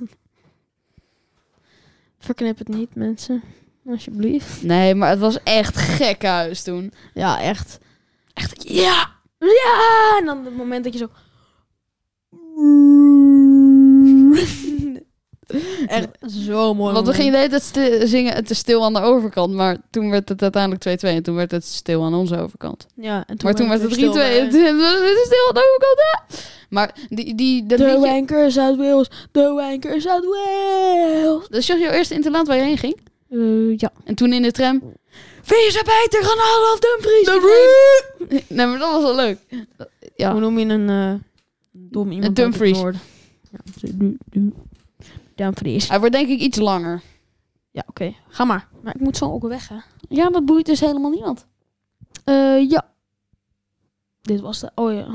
[SPEAKER 2] Verknip het niet, mensen. Alsjeblieft.
[SPEAKER 1] Nee, maar het was echt gek huis toen.
[SPEAKER 2] Ja, echt.
[SPEAKER 1] Echt, ja!
[SPEAKER 2] Ja! En dan het moment dat je zo... echt zo mooi.
[SPEAKER 1] Want we
[SPEAKER 2] moment.
[SPEAKER 1] gingen de hele tijd sti- zingen, het is stil aan de overkant. Maar toen werd het uiteindelijk 2-2 en toen werd het stil aan onze overkant.
[SPEAKER 2] Ja, en toen
[SPEAKER 1] maar toen werd het 3-2.
[SPEAKER 2] weer stil, maar-
[SPEAKER 1] Het is heel aan de overkant, hè? Maar die, die, dat
[SPEAKER 2] De
[SPEAKER 1] liedje...
[SPEAKER 2] wankers uit Wales. De wankers uit Wales.
[SPEAKER 1] Dat is jouw eerste Dus interland waar je heen ging?
[SPEAKER 2] Eh, ja.
[SPEAKER 1] En toen in de tram...
[SPEAKER 2] Vind je ze beter gaan halen of Dumfries?
[SPEAKER 1] Nee, maar dat was wel leuk. Ja.
[SPEAKER 2] Hoe noem je een eh, dom iemand? uit het
[SPEAKER 1] Dumfries.
[SPEAKER 2] noorden? Ja, du- du- du- Dumfries.
[SPEAKER 1] Hij wordt denk ik iets langer.
[SPEAKER 2] Ja, oké. Ga maar. Maar ik moet zo ook weg, hè?
[SPEAKER 1] Ja, dat boeit dus helemaal niemand. Eh,
[SPEAKER 2] ja. Dit was de... Oh ja.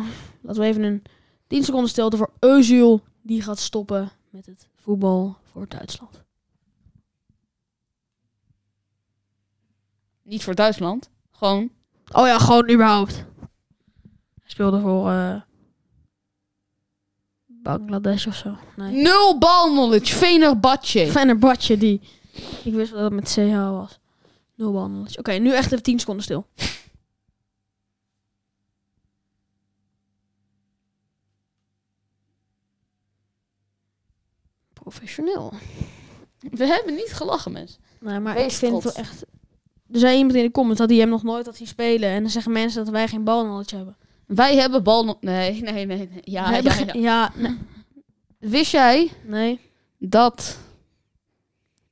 [SPEAKER 2] Laten we even een 10 seconden stilte voor Özil. Die gaat stoppen met het voetbal voor Duitsland.
[SPEAKER 1] Niet voor Duitsland. Gewoon.
[SPEAKER 2] Oh ja, gewoon überhaupt. Hij speelde voor... eh, Bangladesh of zo. Nee.
[SPEAKER 1] Nul bal knowledge. Venerbahce.
[SPEAKER 2] Fenerbahce die. Ik wist wel dat het met CH was. Nul behandeltjes. Oké, nu echt even 10 seconden stil. Professioneel.
[SPEAKER 1] We hebben niet gelachen, mensen.
[SPEAKER 2] Nee, maar
[SPEAKER 1] Wees
[SPEAKER 2] ik vind
[SPEAKER 1] trots.
[SPEAKER 2] het wel echt... Er zei iemand in de comments dat hij hem nog nooit had zien spelen. En dan zeggen mensen dat wij geen balnalletje hebben.
[SPEAKER 1] Wij hebben bal... kno- Nee, nee, nee. nee. Ja,
[SPEAKER 2] Wij
[SPEAKER 1] ja,
[SPEAKER 2] hebben
[SPEAKER 1] ja.
[SPEAKER 2] geen- ja, nee.
[SPEAKER 1] Wist jij
[SPEAKER 2] nee.
[SPEAKER 1] dat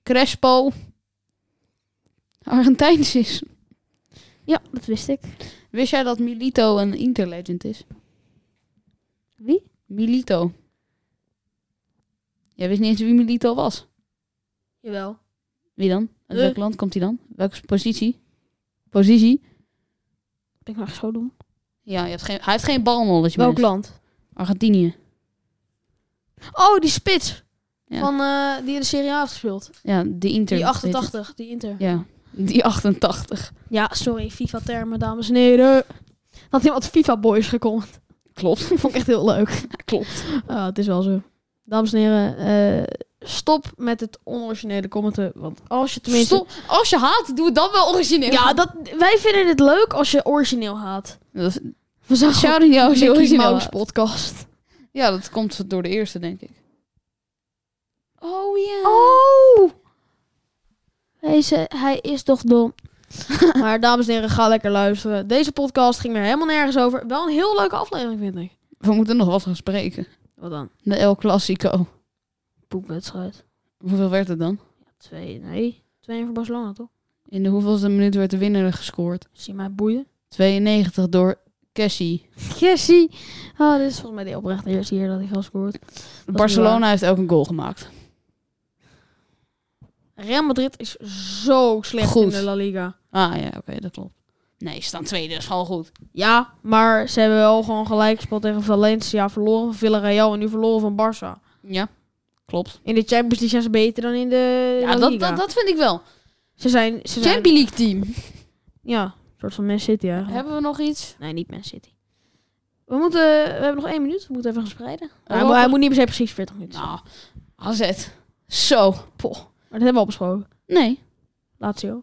[SPEAKER 1] Crespo Argentijns is?
[SPEAKER 2] Ja, dat wist ik.
[SPEAKER 1] Wist jij dat Milito een interlegend is?
[SPEAKER 2] Wie?
[SPEAKER 1] Milito. Jij wist niet eens wie Milito was.
[SPEAKER 2] Jawel.
[SPEAKER 1] Wie dan? Uit
[SPEAKER 2] Eh.
[SPEAKER 1] welk land komt hij dan? Welke positie? Positie?
[SPEAKER 2] Ik mag zo doen.
[SPEAKER 1] Ja, je hebt geen, hij heeft geen balknolletje.
[SPEAKER 2] Welk land?
[SPEAKER 1] Argentinië.
[SPEAKER 2] Oh, die spits.
[SPEAKER 1] Ja.
[SPEAKER 2] Van, eh, die in de Serie A heeft gespeeld.
[SPEAKER 1] Ja, de Inter.
[SPEAKER 2] Die 88, die Inter.
[SPEAKER 1] Ja, die 88.
[SPEAKER 2] Ja, sorry, FIFA-termen, dames en heren. Had iemand FIFA-boys gecomment.
[SPEAKER 1] Klopt.
[SPEAKER 2] Vond ik echt heel leuk.
[SPEAKER 1] Klopt.
[SPEAKER 2] Ah, het is wel zo. Dames en heren, eh, stop met het onoriginele commenten. Want als je tenminste...
[SPEAKER 1] Stop. Als je haat, doe het dan wel origineel.
[SPEAKER 2] Ja, dat, wij vinden het leuk als je origineel haat.
[SPEAKER 1] Dat is-
[SPEAKER 2] We zagen
[SPEAKER 1] Shout out jou als je
[SPEAKER 2] Oh, Mickey
[SPEAKER 1] origineel
[SPEAKER 2] Mouse
[SPEAKER 1] haat.
[SPEAKER 2] podcast.
[SPEAKER 1] Ja, dat komt door de eerste, denk ik. Oh ja.
[SPEAKER 2] Oh! Deze, hij is toch dom. maar dames en heren, ga lekker luisteren. Deze podcast ging er helemaal nergens over. Wel een heel leuke aflevering, vind ik.
[SPEAKER 1] We moeten nog wat gaan spreken.
[SPEAKER 2] Wat dan?
[SPEAKER 1] De El Clasico.
[SPEAKER 2] Poepwedstrijd.
[SPEAKER 1] Hoeveel werd het dan?
[SPEAKER 2] Twee, nee. Twee voor Barcelona, toch?
[SPEAKER 1] In de hoeveelste minuut werd de winnaar gescoord?
[SPEAKER 2] Zie mij boeien.
[SPEAKER 1] 92 door Cassie.
[SPEAKER 2] Jessie. Oh, dit is volgens mij de oprechte eerste hier dat hij gast scoort.
[SPEAKER 1] Barcelona heeft ook een goal gemaakt.
[SPEAKER 2] Real Madrid is zo slecht
[SPEAKER 1] Goed.
[SPEAKER 2] in de La Liga.
[SPEAKER 1] Ah ja, oké, dat klopt. Nee, staan tweede, is gewoon goed.
[SPEAKER 2] Ja, maar ze hebben wel gewoon gelijk gespeeld tegen Valencia. Verloren van Villarreal en nu verloren van Barça.
[SPEAKER 1] Ja, klopt.
[SPEAKER 2] In de Champions League zijn ze beter dan in de
[SPEAKER 1] Ja,
[SPEAKER 2] La
[SPEAKER 1] dat,
[SPEAKER 2] Liga.
[SPEAKER 1] dat, dat vind ik wel.
[SPEAKER 2] Ze zijn... Ze zijn
[SPEAKER 1] Champions League team.
[SPEAKER 2] ja, een soort van Man City eigenlijk.
[SPEAKER 1] Hebben we nog iets?
[SPEAKER 2] Nee, niet Man City. We, moeten, we hebben nog één minuut. We moeten even gaan spreiden. Hij, moet-
[SPEAKER 1] Europa-
[SPEAKER 2] hij moet niet per se precies 40 minuten. zijn.
[SPEAKER 1] Nou, AZ. Zo. Poh.
[SPEAKER 2] Maar dat hebben we al besproken.
[SPEAKER 1] Nee,
[SPEAKER 2] Lazio.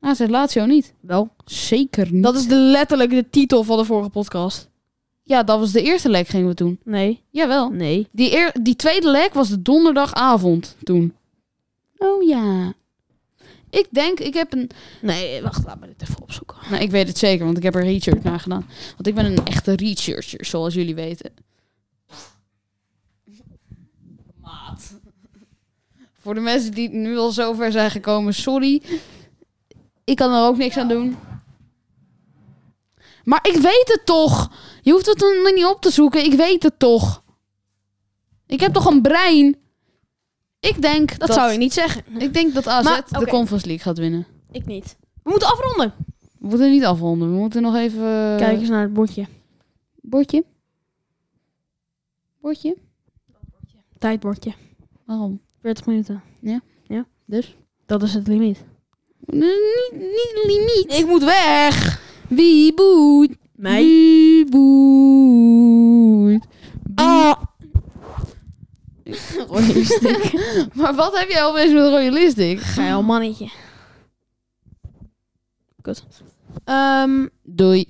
[SPEAKER 1] AZ Lazio niet.
[SPEAKER 2] Wel.
[SPEAKER 1] Zeker niet.
[SPEAKER 2] Dat is de, letterlijk de titel van de vorige podcast.
[SPEAKER 1] Ja, dat was de eerste leg gingen we toen.
[SPEAKER 2] Nee.
[SPEAKER 1] Jawel.
[SPEAKER 2] Nee.
[SPEAKER 1] Die, eer, die tweede leg was de donderdagavond toen. Oh ja. Ik denk, ik heb een
[SPEAKER 2] Nee, wacht. Laat me dit even opzoeken.
[SPEAKER 1] Nou, ik weet het zeker, want ik heb er research naar gedaan. Want ik ben een echte researcher, zoals jullie weten. Maat. Voor de mensen die nu al zover zijn gekomen, sorry. Ik kan er ook niks aan doen. Maar ik weet het toch. Je hoeft het dan niet op te zoeken. Ik weet het toch. Ik heb toch een brein? Ik denk dat,
[SPEAKER 2] Dat, zou je niet zeggen.
[SPEAKER 1] Ik denk dat AZ
[SPEAKER 2] Maar,
[SPEAKER 1] de
[SPEAKER 2] oké.
[SPEAKER 1] Conference League gaat winnen.
[SPEAKER 2] Ik niet. We moeten afronden.
[SPEAKER 1] We moeten niet afronden. We moeten nog even... eh,
[SPEAKER 2] Kijk eens naar het bordje.
[SPEAKER 1] Bordje. Bordje.
[SPEAKER 2] Tijdbordje.
[SPEAKER 1] Waarom?
[SPEAKER 2] 40 minuten.
[SPEAKER 1] Dus?
[SPEAKER 2] Dat is het limiet.
[SPEAKER 1] Nee, Niet, niet limiet.
[SPEAKER 2] Ik moet weg.
[SPEAKER 1] Wie boeit?
[SPEAKER 2] Mij.
[SPEAKER 1] Wie boeit?
[SPEAKER 2] Ah.
[SPEAKER 1] Maar wat heb jij opeens met rode lipstick?
[SPEAKER 2] Geil mannetje. Kut. Ehm
[SPEAKER 1] Doei.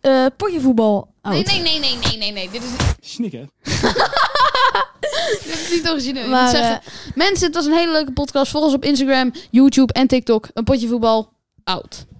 [SPEAKER 2] eh potjevoetbal.
[SPEAKER 1] Nee,
[SPEAKER 2] Oud.
[SPEAKER 1] nee, nee, nee, nee, nee, nee. Dit is,
[SPEAKER 3] Snikken.
[SPEAKER 1] dit is niet origineel.
[SPEAKER 2] Maar, eh,
[SPEAKER 1] Maar, zeggen, mensen, het was een hele leuke podcast. Volg ons op Instagram, YouTube en TikTok. Een potje voetbal. Out.